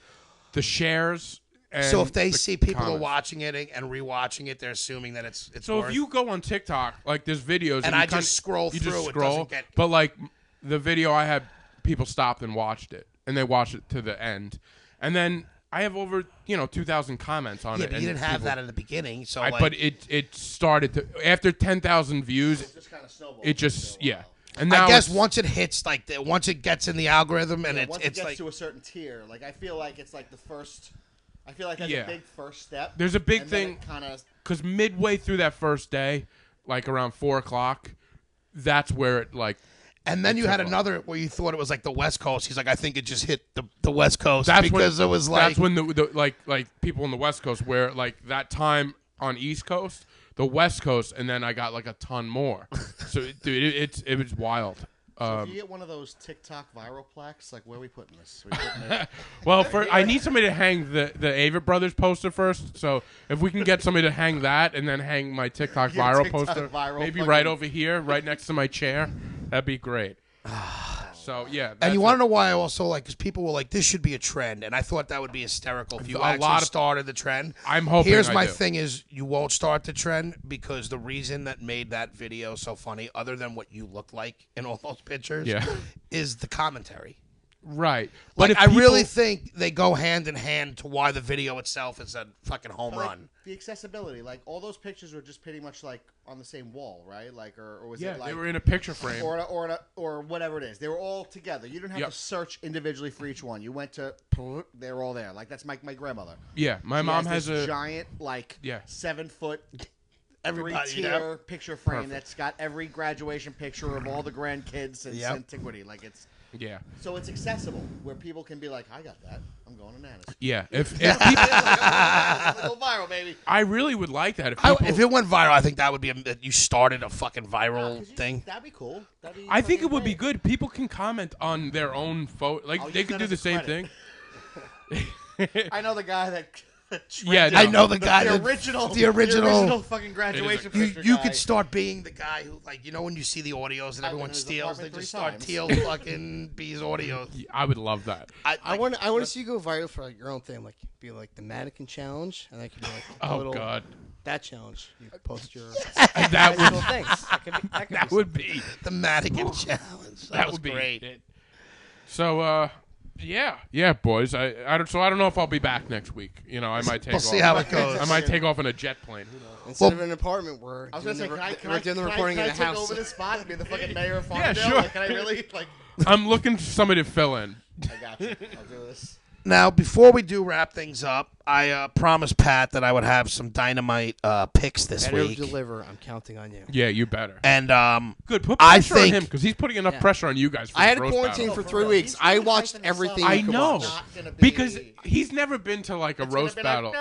B: The shares. And
G: so if they
B: the
G: see people are
B: comments.
G: watching it and rewatching it, they're assuming that it's it's.
B: So
G: worth-
B: if you go on TikTok, like there's videos, and,
G: And
B: you
G: I just
B: kinda-
G: scroll
B: you
G: through,
B: Just
G: it
B: scroll,
G: doesn't get-
B: But like the video, I had people stopped and watched it, and they watched it to the end, and then I have over you know two thousand comments on
G: yeah,
B: it.
G: but you
B: and
G: didn't have
B: people-
G: that in the beginning. So
B: I,
G: like,
B: but it it started to after ten thousand views,
H: Just kind of snowball.
B: it just yeah. And now
G: I guess
B: it's-
G: once it hits like the, once it gets in the algorithm and
H: Yeah,
G: it's
H: once it
G: it's
H: gets
G: like
H: to a certain tier, like I feel like it's like the first. I feel like that's
B: Yeah.
H: a big first step.
B: There's a big thing-
H: Kind of.
B: because midway through that first day, like around four o'clock, that's where it like
G: and then you had another where you thought it was like the West Coast. He's like, I think it just hit the, the West Coast
B: that's
G: because
B: when
G: it was like
B: that's when the, the like like people on the West Coast where like that time on East Coast, the West Coast, and then I got like a ton
G: (laughs)
B: more. so it- dude, it, it's it was wild.
H: if
B: Um,
H: you get one of those TikTok viral plaques, like where are we putting this? We putting it-
B: well, for, I need somebody to hang the the Avett Brothers poster first. So if we can get somebody to hang that and then hang my TikTok
H: Your
B: viral
H: TikTok
B: poster,
H: viral
B: maybe
H: fucking-
B: right over here, right next to my chair, that'd be
G: (sighs)
B: great. So yeah,
G: And
B: that's
G: you want
B: it.
G: to know why? I also like because people were like, "This should be a trend," and I thought that would be hysterical if you
B: A
G: actually
B: lot of-
G: started the trend.
B: I'm hoping
G: Here's
B: I
G: my
B: do.
G: thing: is you won't start the trend because the reason that made that video so funny, other than what you look like in all those pictures,
B: Yeah.
G: is the commentary.
B: Right.
G: Like,
B: if
G: I really
B: people-
G: think they go hand in hand to why the video itself is a fucking home
H: Like,
G: run.
H: the accessibility, like all those pictures were just pretty much like on the same wall, right? Like, or, or was
B: yeah,
H: it like
B: they were in a picture frame.
H: or or or whatever it is? They were all together. You didn't have
B: Yep.
H: to search individually for each one. You went to they're all there. Like that's my my grandmother.
B: yeah, my
H: She
B: mom has,
H: this
B: a
H: giant like
B: Yeah.
H: seven foot three
G: Everybody,
H: tier
G: yeah.
H: picture frame that's got every graduation picture of all the grandkids since
G: Yep.
H: antiquity. Like it's
B: yeah,
H: so it's accessible where people can be like, I got that. I'm going to Nana's.
B: yeah.
G: (laughs)
B: If, if people,
H: Let's go viral, baby.
B: I really would like that. If,
G: I,
B: people,
G: if it went viral, I think that would be a, that you started a fucking viral
H: 'Cause you-
G: thing.
H: That'd be cool. That'd be
B: I think it
H: fucking
B: would be
H: great.
B: good. People can comment on their own photo. Like
H: I'll
B: they
H: use
B: could
H: that
B: do
H: as
B: the
H: a
B: same
H: credit.
B: thing.
H: I know the guy that. (laughs)
B: Yeah,
G: I know the guy.
H: the
G: that-
H: original,
G: The original.
H: the original fucking graduation
G: You,
H: picture.
G: you
H: guy.
G: could start being the guy who, like, you know, when you see the audios and
H: I've been
G: everyone
H: in his
G: steals, they
H: apartment
G: just
H: three
G: start
H: times. (laughs)
G: steal fucking B's audios.
B: I would love that.
G: I,
E: I want I want to see you go viral for like your own thing, like be like the mannequin challenge, and that could be like a
B: Oh
E: little
B: God,
H: (laughs)
E: that challenge. You post (laughs) your
B: that (laughs)
E: little
B: would
E: things. That could be, that could
B: that
E: be
B: would be
G: the
H: (laughs)
G: mannequin challenge. That,
B: that
G: was
B: would be
G: great.
B: it. So uh, yeah, yeah, boys. I, I don't. So I don't know if I'll be back next week. You know, I might take.
G: We'll
B: off.
G: see how it goes.
B: I might take off in a jet plane.
E: something. instead of an apartment we're
H: I was
E: doing
H: gonna
E: the,
H: say,
E: re-
H: can I, can
E: we're
H: I,
E: doing the
H: can I-
E: recording
H: can
E: in
H: I
E: a
H: take
E: house.
H: over this spot and be the fucking
G: (laughs)
H: mayor of Farmdale?
B: Yeah, sure.
H: Like, can I really? Like,
B: I'm looking for somebody to fill in.
H: I got you. I'll do this.
G: Now, before we do wrap things up, I uh, promised Pat that I would have some dynamite uh, picks this
E: Better
G: week,
E: deliver. I'm counting on you.
B: Yeah, you better.
G: and um,
B: Good. Put
G: I
B: pressure on
G: think-
B: him because he's putting enough pressure on you guys. For
E: I
B: this
E: had a
B: roast
E: quarantine
B: battle.
E: for three weeks. I watched everything.
B: I
E: you could
B: know
E: watch.
H: gonna be-
B: because he's never been to like a roast battle.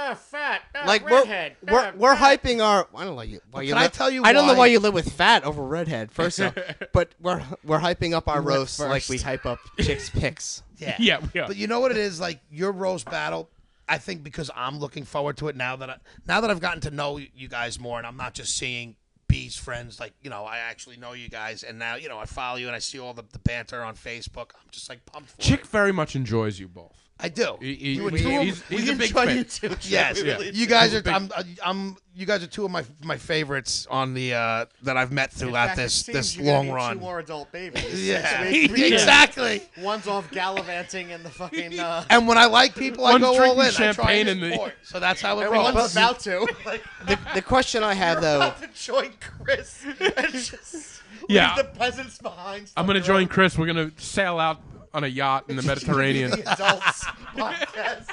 E: Like we're we're, we're hyping our. I don't know you. Why you
G: can I
E: li-
G: tell you
E: I don't know
G: why?
E: why you live with fat over redhead. First (laughs) off, but we're we're hyping up our roasts like we hype (laughs) up chicks picks.
G: yeah,
B: Yeah, we
G: (laughs)
B: are.
G: But you know what it is like your roast battle. I think because I'm looking forward to it now that I, now that I've gotten to know you guys more, and I'm not just seeing B's friends. Like you know, I actually know you guys, and now you know I follow you and I see all the, the banter on Facebook. I'm just like pumped for
B: Chick
G: it.
B: very much enjoys you both.
G: I do.
B: He- he-
G: You were
B: he-
G: two of-
B: he's, he's a big
E: enjoy
B: fan.
E: you too.
G: Yes,
B: Yeah. really
G: you guys are. I'm, uh, I'm. You guys are two of my my favorites on the uh, that I've met
H: In
G: throughout
H: fact, it
G: this
H: seems
G: this
H: you're gonna
G: long
H: need
G: run.
H: Two more adult babies.
G: (laughs) Yeah,
H: Next week,
G: exactly. (laughs)
H: One's off gallivanting in the fucking. Uh,
G: And when I like people, I
B: One's
G: go all
B: drinking
G: in.
B: champagne
G: I try
B: in
G: and
B: the-
G: support. so that's how it
H: one's
G: rolls.
H: about to.
G: (laughs)
H: Like,
E: The, the question I have though,
H: to join Chris. And
G: (laughs)
H: just
B: Yeah.
H: leave the peasants behind.
B: I'm gonna join Chris. We're gonna sail out on a yacht
H: (laughs)
B: in the Mediterranean.
H: the
G: (laughs)
H: adults podcast.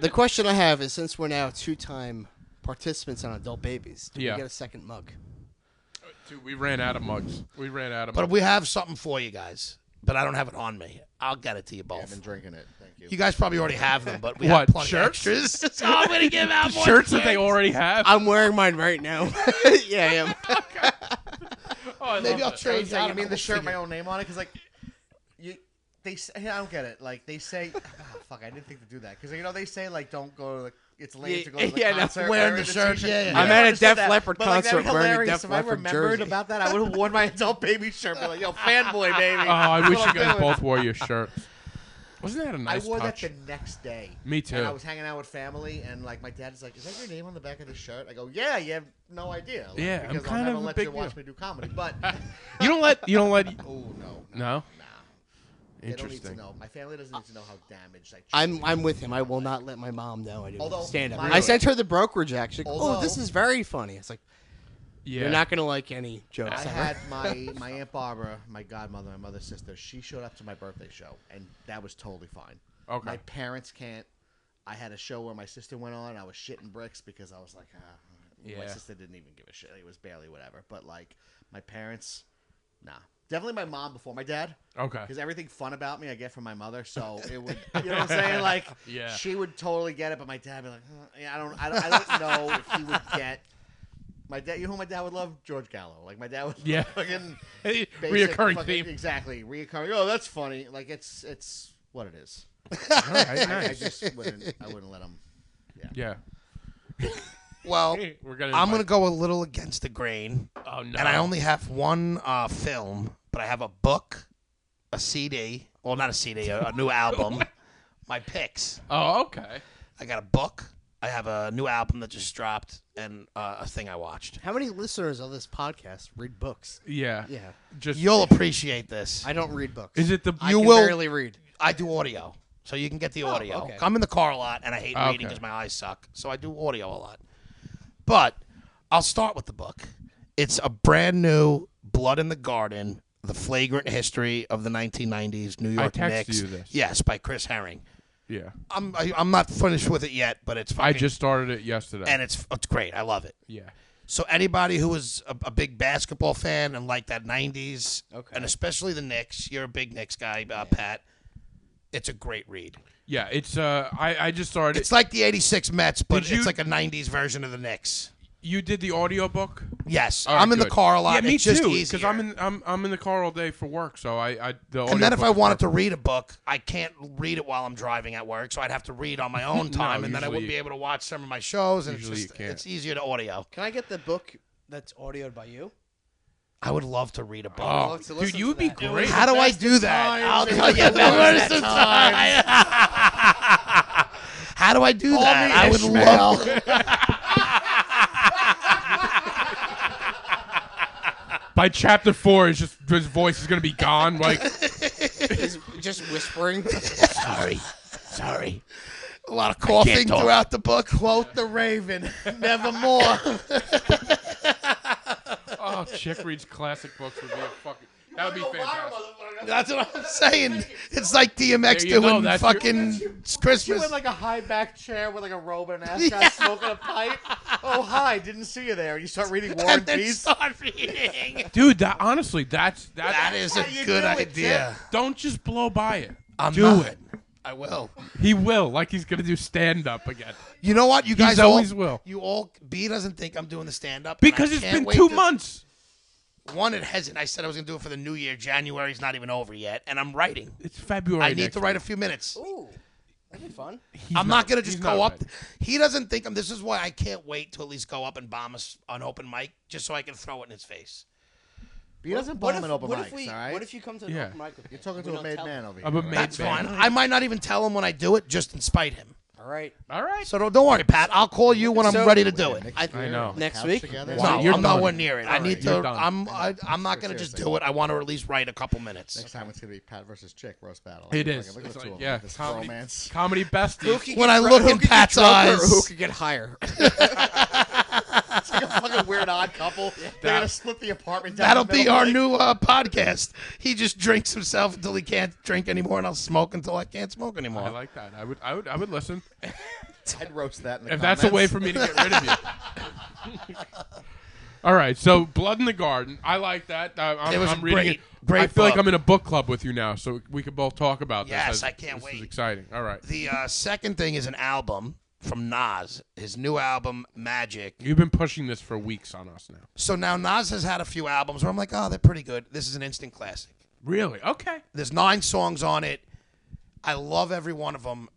E: the question I have is since we're now two time participants on Adult Babies, do
B: Yeah.
E: we get a second mug?
B: Dude, we ran out of mugs. We ran out of
G: But
B: mugs.
G: we have something for you guys. But I don't have it on me. I'll get it to you both.
H: drinking it. Thank
G: you guys probably already have them, but we
B: What,
G: have plenty
B: shirts?
G: of extras. so I'm gonna give out more
B: Shirts that they already have.
E: I'm wearing mine right now. (laughs) yeah, I am.
B: Oh, I
G: Maybe
B: love
G: I'll
B: that.
G: trade. out
H: I mean
G: a
H: the
G: couple
H: shirt
G: for
H: with my
G: you.
H: own name on it? Because like, you, they s- I don't get it. Like they say, (laughs) oh, fuck, I didn't think to do that. Because you know they say like don't go to the. It's lame to go to the
E: Yeah, no,
H: concert
G: wearing the shirt,
H: t-shirt.
G: yeah, yeah.
H: I
G: I'm
E: at
H: never
E: a
H: understood
E: Def
H: that,
E: Leopard
H: but, like, that'd be
E: concert wearing a
H: hilarious
E: Def
H: if I
E: Leopard
H: remembered
E: jersey.
H: about that, I would have worn my adult baby shirt. Be like, yo, fanboy baby.
B: Oh,
G: (laughs)
B: I wish you guys
H: doing.
B: both wore your shirts. Wasn't that a
H: I
B: nice
H: wore
B: touch?
H: that the next day.
B: Me too.
H: And I was hanging out with family, and like my dad's like, "Is that your name on the back of this shirt?" I go, "Yeah, you have no idea." Like,
B: Yeah, I'm
H: because
B: kind
H: I'll never
B: of a
H: let
B: big
H: you watch
B: deal.
H: me do comedy. But
B: you don't let. You don't let.
H: (laughs) oh no, no,
B: No.
H: nah. They don't need to
B: Interesting.
H: know. My family doesn't need to know how damaged
E: (laughs)
H: I.
E: I'm I'm with him. I will not let my mom know I do
H: Although
E: stand up.
H: my-
E: I sent her the brokerage actually. oh,
H: Although-
E: this is very funny. It's like
B: Yeah.
E: you're not gonna like any jokes.
H: I
E: ever.
H: had my
B: (laughs)
H: my aunt Barbara, my godmother, my mother's sister. She showed up to my birthday show, and that was totally fine.
B: Okay.
H: My parents can't. I had a show where my sister went on. I was shitting bricks because I was like, ah. my
B: Yeah.
H: sister didn't even give a shit. It was barely whatever. But like, my parents, nah. Definitely my mom before my dad.
B: Okay.
H: Because everything fun about me I get from my mother, so
B: (laughs)
H: it would, you know what I'm saying? Like,
B: Yeah.
H: she would totally get it, but my dad would be like, huh, yeah, I don't, I don't, I don't know if he would get. My dad, you know, who my dad would love George Gallo. Like my dad would, love
B: Yeah.
H: (laughs) fucking
B: Hey, (laughs)
H: basic
B: Reoccurring
H: fucking-
B: theme.
H: exactly reoccurring. Oh, that's funny. Like it's, it's what it is.
B: All right.
H: I
B: Nice.
H: just wouldn't, I wouldn't let (laughs) him.
B: Yeah.
G: Well,
B: We're gonna.
G: I'm gonna
B: invite-
G: go a little against the grain,
B: Oh no.
G: and I only have one uh, film, but I have a book, a CD. Well, not a CD, a, a new album. My picks.
B: Oh okay.
G: I got a book. I have a new album that just dropped, and uh, a thing I watched.
E: How many listeners of this podcast read books?
B: Yeah.
E: Yeah,
B: Just.
G: You'll appreciate this.
E: I don't read books.
B: is it the?
E: I
G: you
E: can
G: will-
E: barely read.
G: I do audio, so you can get the audio.
E: okay.
G: I'm in the car a lot, and I hate
B: Oh, Okay.
G: reading because my eyes suck, so I do audio a lot. But I'll start with the book. It's a brand new "Blood in the Garden: The Flagrant History of the 1990s New York
B: texted
G: Knicks."
B: you this.
G: Yes, by Chris Herring.
B: yeah.
G: I'm I, I'm not finished with it yet, but it's
B: I
G: fucking,
B: just started it yesterday.
G: and it's it's great. I love it.
B: yeah.
G: So anybody who was a, a big basketball fan and like that '90s, and especially the Knicks, you're a big Knicks guy, uh, Pat. It's a great read.
B: Yeah. It's. Uh. I. I just started.
G: It's like the 86 Mets, but
B: Did you-
G: it's like a 90s version of the Knicks.
B: you did the audiobook?
G: Yes.
B: All right,
G: I'm in
B: good.
G: the car a lot.
B: Yeah, me
G: it's
B: too.
G: just
B: Because I'm
G: easier.
B: in. I'm. I'm in the car all day for work. So I. I the
G: And then if I
B: audiobook-
G: wanted to read a book, I can't read it while I'm driving at work, so I'd have to read on
B: (laughs)
G: my own time, and then I
B: usually
G: wouldn't
B: you-
G: be able to watch some of my shows. And it's
B: Usually you
G: just
B: can't.
G: it's easier to audio.
E: Can I get the book that's audioed by you?
G: I would love to read a book.
B: Oh,
E: to
B: dude,
E: listen
B: you
E: to
B: would be
E: that.
B: great.
G: How do I do that? I'll tell you the worst of times. How do I do that? I would love.
B: By chapter four, is just his voice is gonna be
G: (laughs)
B: gone. Like
E: Just whispering.
G: Sorry, sorry. A lot of coughing
B: talk.
G: throughout the book.
H: Quote the Raven, nevermore.
B: Oh, Chick reads classic books would be a fucking. That would be fantastic.
G: That's what I'm saying. It's like DMX
B: There you go,
G: doing
B: that's your-
G: fucking Christmas.
H: in like a high back chair with like a robe and an (laughs) ascot, smoking a pipe. Oh hi, didn't see you there. You start reading War (laughs) and
G: and then
H: Peace.
B: (laughs)
G: start reading.
B: dude. That honestly, that's that.
G: That is a
H: How you
G: good
H: do it,
G: idea.
B: Don't just blow by it.
G: I'm
B: Do
G: not.
B: it.
G: I will.
B: He will, like he's gonna do stand up again.
G: You know what? You guys
B: always
G: all,
B: will.
G: You all. B doesn't think I'm doing the stand up
B: Because
G: it's
B: it's been two months.
G: One, it hasn't. I said I was gonna do it for the new year. January's not even over yet, and I'm writing.
B: It's February.
G: I need
B: next
G: to write a few minutes.
E: (laughs) Ooh, that'd be fun.
B: week. He's
G: I'm not, gonna just
B: he's
G: go
B: not
G: up.
B: ready.
G: He doesn't think I'm. This is why I can't wait to at least go up and bomb us on open mic, just so I can throw it in his face.
H: He doesn't
E: What
H: bomb
E: if-
H: an open
E: what
H: mics,
E: if we-
H: all right?
E: What if you come to the
B: Yeah.
E: open mic with
H: You're
E: me?
H: talking
E: We
H: to a
E: don't
H: made
E: tell
H: man
E: them.
H: over here.
B: I'm a made
G: That's
B: man.
G: fine. I might not even tell him when I do it, just to spite him.
E: All right.
B: All right.
G: So don't, don't worry, Pat. I'll call you when I'm
E: So-
G: ready to do it.
E: I,
B: I know.
E: Next
H: Couch
E: week.
H: together?
G: No,
B: you're
G: I'm
B: done.
G: nowhere near it. I need
B: You're
G: to.
B: done.
G: I'm. I, I'm not gonna just do it. I want to at least write a couple minutes.
H: Next time it's gonna be Pat versus Chick roast battle.
B: It
H: Like,
B: is.
H: Look at
B: It's
H: the
B: like,
H: two of
B: yeah,
H: them. This
B: comedy.
H: romance.
B: Comedy besties.
G: When I look in Pat's
E: Who
G: eyes,
E: could get
H: (laughs)
E: higher?
H: It's like a fucking weird odd couple. They're gonna split the apartment. Down
G: that'll
H: the middle.
G: be our new uh, podcast. He just drinks himself until he can't drink anymore, and I'll smoke until I can't smoke
B: I
G: anymore.
B: like that. I would. I would. I would
G: (laughs)
B: listen.
H: I'd roast that. In the
B: If that's a way
H: comments.
B: for me to get rid of you.
G: (laughs)
B: All right, so Blood in the Garden. I like that. I, I'm,
G: It was
B: I'm reading
G: great.
B: it.
G: Great
B: I feel like
G: book.
B: I'm in a book club with you now, so we could both talk about this.
G: Yes, I can't
B: this is
G: wait.
B: exciting. All right,
G: The uh, second thing is an album from Nas, his new album Magic.
B: you've been pushing this for weeks on us now.
G: So now Nas has had a few albums where I'm like, oh, they're pretty good. This is an instant classic.
B: Really? Okay.
G: There's nine songs on it. I love every one of them.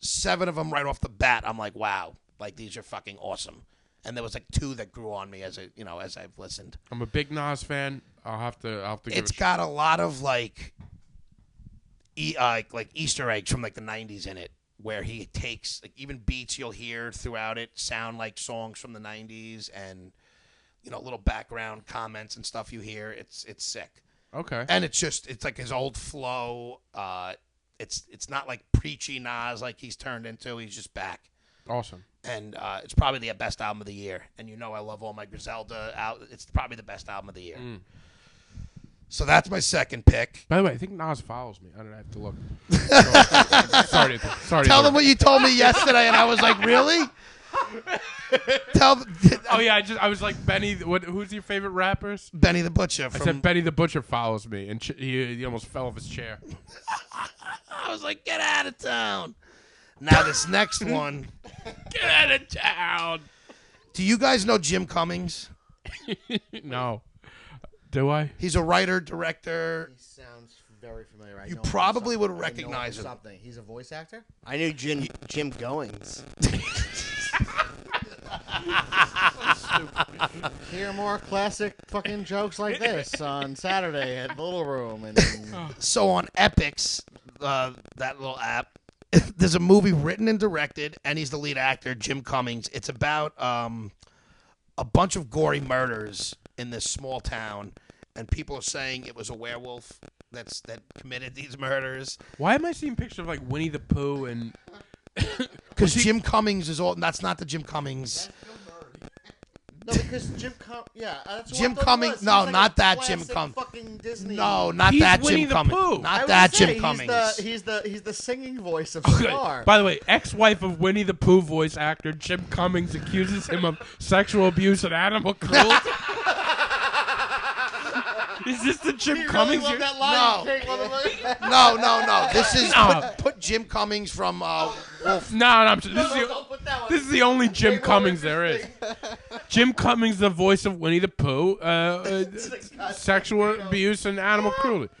G: Seven of them right off the bat, I'm like, wow, like these are fucking awesome. And there was like two that grew on me as I, you know, as I've listened.
B: I'm a big Nas fan. I'll have to. I'll have to. Give
G: It's
B: it a shot.
G: got a lot of like, e- uh, like- like Easter eggs from like the '90s in it, where he takes like even beats you'll hear throughout it sound like songs from the '90s, and you know, little background comments and stuff you hear. It's it's sick.
B: okay.
G: and it's just it's like his old flow. Uh, it's it's not like preachy Nas like he's turned into. He's just back,
B: Awesome.
G: and uh, it's probably the best album of the year. And you know I love all my Griselda out. It's probably the best album of the year.
B: Mm.
G: So that's my second pick.
B: By the way, I think Nas follows me. I don't know, I have to look.
G: (laughs)
B: sorry. to- Sorry. to
G: Tell
B: interrupt.
G: them what you told me yesterday, and I was like,
B: (laughs)
G: really? Tell th- uh,
B: Oh yeah, I just I was like Benny. What? Who's your favorite rappers?
G: Benny the Butcher. From,
B: I said Benny the Butcher follows me, and ch- he, he almost fell off his chair. (laughs)
G: I was like, get out of town. Now this next one.
B: (laughs) Get out of town.
G: Do you guys know Jim Cummings?
B: No. Do I?
G: He's a writer, director,
H: He sounds very familiar. I
G: You
H: know him from
G: probably would
H: something. I know
G: recognize
H: from
G: him.
H: Something. He's a voice actor.
E: I knew Jim Jim Goings.
H: Hear more classic fucking jokes like this on Saturday at Little Room.
G: (laughs)
H: And
G: (laughs) so on Epics, uh, that little app, (laughs) there's a movie written and directed, and he's the lead actor, Jim Cummings. It's about um, a bunch of gory murders in this small town, and people are saying it was a werewolf that's that committed these murders
B: Why am I seeing pictures of like Winnie the Pooh and
G: because Jim Cummings is all. That's not the Jim Cummings.
H: no, because Jim Cum- yeah, uh, that's what
G: Jim
H: I thought it
G: Cummings-
H: was.
G: no,
H: He's like
G: not
H: a
G: that Jim
H: classic
G: Cum-
H: Fucking Disney.
G: No, Oh, not
B: He's
G: that
B: Winnie
G: Jim
B: the
G: Cummings.
B: Pooh.
H: I
G: Not
H: would
G: that
H: say
G: Jim Cummings.
H: He's the, he's the he's the singing voice of
B: Good.
H: Star.
B: By the way, ex-wife of Winnie the Pooh voice actor Jim Cummings accuses him of sexual abuse and animal
H: (laughs)
B: cruelty. Is this the Jim
H: you really
B: Cummings?
H: love
B: you're-
H: that Lion
G: No.
H: King motherfucker.
G: no, no, no. This is
B: (laughs) No.
G: put, put Jim Cummings from uh, Wolf.
B: No, no, I'm, this, is
H: Don't-
B: the,
H: don't put that one.
B: this is the only Jim
H: more
B: Cummings there is.
H: (laughs)
B: Jim Cummings, the voice of Winnie the Pooh, uh, uh, sexual abuse and animal
H: (laughs)
B: cruelty.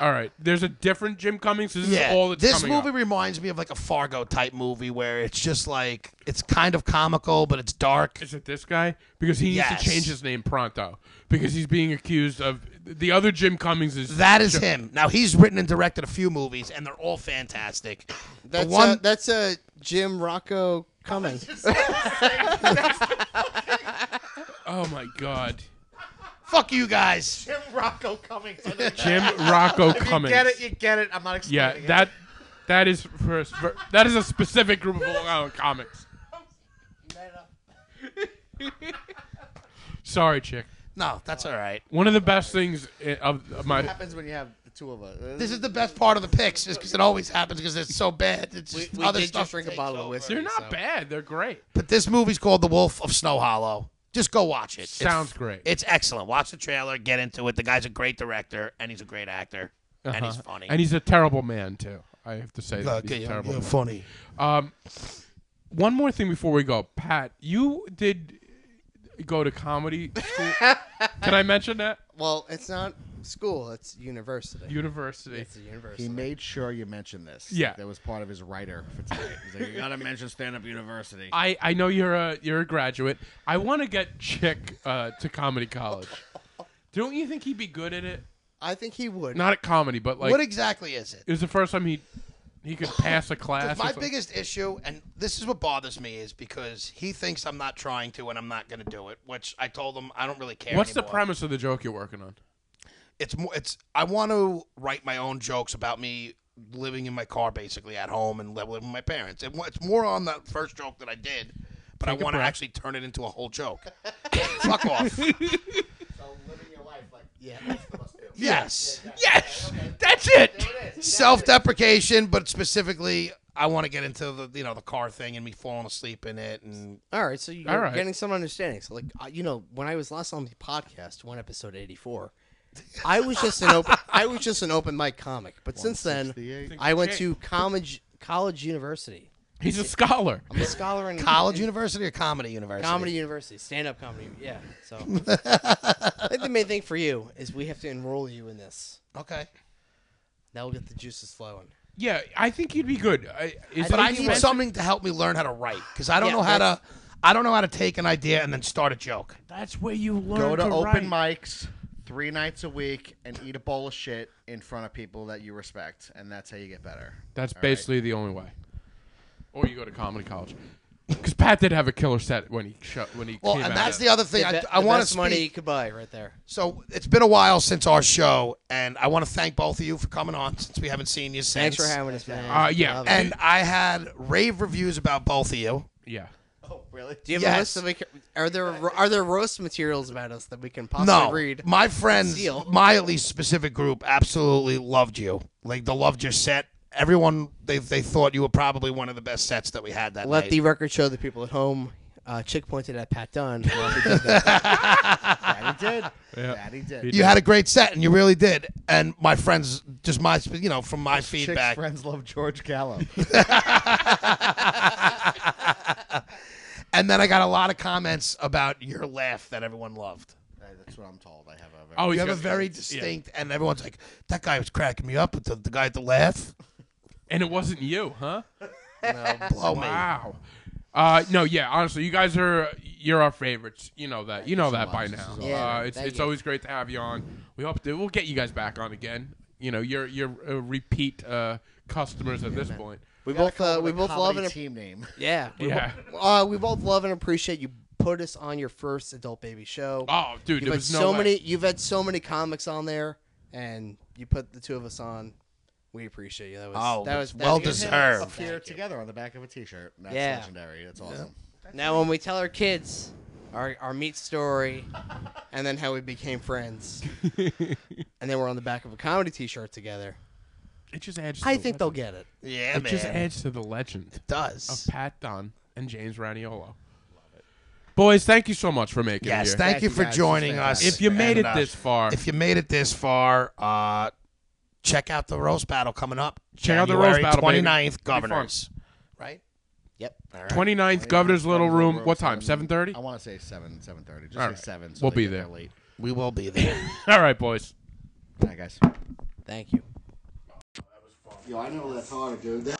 B: All right, there's a different Jim Cummings. This
G: Yeah,
B: is all that's
G: this
B: coming
G: movie
B: up.
G: reminds me of like a Fargo type movie where it's just like it's kind of comical, but it's dark.
B: Is it this guy? Because he needs
G: Yes.
B: to change his name pronto. Because he's being accused of the other Jim Cummings is
G: That is him. Now he's written and directed a few movies, and they're all fantastic.
E: That's
G: the one,
E: a, that's a Jim Rocco
G: (laughs)
E: Cummings.
B: Oh my God,
G: fuck you guys.
H: Jim Rocco Cummings. I know you
B: Jim Rocco Cummings.
H: Get it? You get it? I'm not
B: Yeah,
H: explaining it.
B: that that is for, a sp- that is a specific group of Long Island
G: (laughs)
B: comics. Sorry, chick.
G: No, that's all right.
B: One of the best things i- of of my
H: happens when you have the two of us. Uh,
G: This is the best part of the picks, is because it always happens because it's so bad. It's
I: We,
G: just
I: we
G: other
I: did
G: stuff
I: just drink a
G: takes
I: bottle
G: over.
I: of whiskey.
B: They're not
I: so-
B: bad. They're great.
G: But this movie's called The Wolf of Snow Hollow. Just go watch it. It's-
B: Sounds great.
G: It's excellent. Watch the trailer, get into it. The guy's a great director, and he's a great actor, and he's
B: Uh-huh.
G: funny.
B: And he's a terrible man too. I have to say that he's a terrible. man.
G: funny.
B: One more thing before we go, Pat. You did go to comedy school.
G: (laughs)
B: Can I mention that
E: Well, it's not school; it's university.
B: university?
E: it's a university.
H: he made sure you mentioned this.
B: Yeah.
H: that was part of his writer for tonight. He's like, you gotta mention stand up university.
B: I, I know you're a you're a graduate. I want to get Chick uh, to comedy college. Don't you think he'd be good at it?
E: I think he would.
B: Not at comedy, but like
G: what exactly is it?
B: it was the first time he he could pass a class. or
G: My
B: something.
G: biggest issue, and this is what bothers me, is because he thinks I'm not trying to and I'm not going to do it, which I told him I don't really care.
B: What's the
G: anymore.
B: premise of the joke you're working on?
G: It's more. It's I want to write my own jokes about me living in my car, basically at home and living with my parents. It, it's more on that first joke that I did, but
B: Take
G: I
B: a
G: want to
B: breath.
G: actually turn it into a whole joke. (laughs) Fuck off.
H: So living your life like yeah, that's the must do.
G: Yes. Yes. That's it. Self-deprecation, but specifically, I want to get into the you know the car thing and me falling asleep in it and
E: All right, so you're
B: All right.
E: getting some understanding. So, like, I- you know, when I was last on the podcast, one episode eighty four, I was just an open, (laughs) I was just an open mic comic. But since then,
H: 168.
E: I went to college, college university.
B: He's a scholar.
E: I'm a scholar in
G: college
E: in
G: university or comedy university.
E: comedy university, stand up comedy. Yeah. (laughs) So, I think the main thing for you is we have to enroll you in this.
G: Okay.
E: That will get the juices flowing.
B: Yeah, I think he'd be good. I, is
G: But I
B: he
G: need
B: expensive?
G: something to help me learn how to write because I don't
E: Yeah,
G: know how to. I don't know how to take an idea and then start a joke.
B: That's where you learn
H: Go to
B: to
H: open
B: write.
H: mics three nights a week and eat a bowl of shit in front of people that you respect, and that's how you get better.
B: That's
H: All right.
B: basically the only way. Or you go to comedy college. Because Pat did have a killer set when he sho- when he
G: Well,
B: came
G: and
B: out.
G: that's the other thing.
E: The
G: I,
E: be-
G: I
E: the
G: want to
E: best money you
G: speak.
E: could buy right there.
G: So it's been a while since our show, and I want to thank both of you for coming on since we haven't seen you
E: Thanks
G: since.
E: for having us, man.
B: Uh, yeah.
E: Love it.
G: And I had rave reviews about both of you.
B: yeah.
E: Do you have
G: Yes.
E: a list that we can, are there are there roast materials about us that we can possibly
G: No,
E: read?
G: my friends,
E: Seal.
G: my at least specific group, absolutely loved you. Like they loved your set. Everyone, they they thought you were probably one of the best sets that we had that
E: Let
G: night.
E: the record show the people at home. Uh, Chick pointed at Pat Dunn. uh, while he did that.
H: That he did.
B: Yeah.
H: That he did.
G: you had a great set, and you really did. And my friends, just my, you know, from my
H: Chick's
G: feedback,
H: friends love George Gallo.
G: and then I got a lot of comments about your laugh that everyone loved.
H: that's what I'm told. I have a very
B: Oh,
G: You
B: he's
G: have a
B: got-
G: very
B: yeah.
G: distinct, and everyone's like, "That guy was cracking me up with the, the guy at the laugh."
B: And it wasn't you, huh?
G: Blow me.
B: Wow. Uh, no, yeah. Honestly, you guys are you're our favorites. You know that. You know that by now.
E: Yeah,
B: uh, it's
E: thank
B: it's
E: you.
B: always great to have you on. We hope that we'll get you guys back on again. You know, you're you're uh, repeat uh, customers at this point.
E: we both uh, we both love and
H: team (laughs) name.
E: yeah we
B: Yeah.
E: bo- uh, we both love and appreciate you put us on your first adult baby show.
B: Oh, dude,
E: you've
B: there
E: had
B: was no
E: so
B: way.
E: many you've had so many comics on there, and you put the two of us on. We appreciate you. That was
G: Oh,
E: that was that
G: well
E: was-
G: deserved.
H: Here together on the back of a T-shirt. That's
E: Yeah.
H: legendary. That's awesome.
E: Now when we tell our kids our our meat story, and then how we became friends, and then we're on the back of a comedy T-shirt together.
B: It just adds. To
E: I
B: the
E: think they'll
B: legend.
E: get it.
G: Yeah,
B: It just
G: man.
B: adds to the legend of
G: does.
B: Pat Dunn and James Raniolo. Boys, thank you so much for making it
G: Yes,
B: here.
G: thank, you for
H: guys. This is
G: joining us.
B: if you made it
G: And, uh,
B: this far,
G: if you made it this far, uh, check out the roast battle coming up.
B: Check out the
G: January
B: roast battle, baby.
G: 29th,
B: It'll be fun.
G: Governors. Right?
E: Yep.
G: All right.
B: 29th, Governor's Little Room. What time? Seven thirty.
H: I want to say seven, seven thirty. Just
B: All
H: say
B: right.
H: seven. So
B: We'll
H: they
B: be
H: get
B: there.
H: late.
G: We will be there.
B: All right, boys.
H: All right, guys.
E: Thank you.
H: Yo, I never left harder, dude.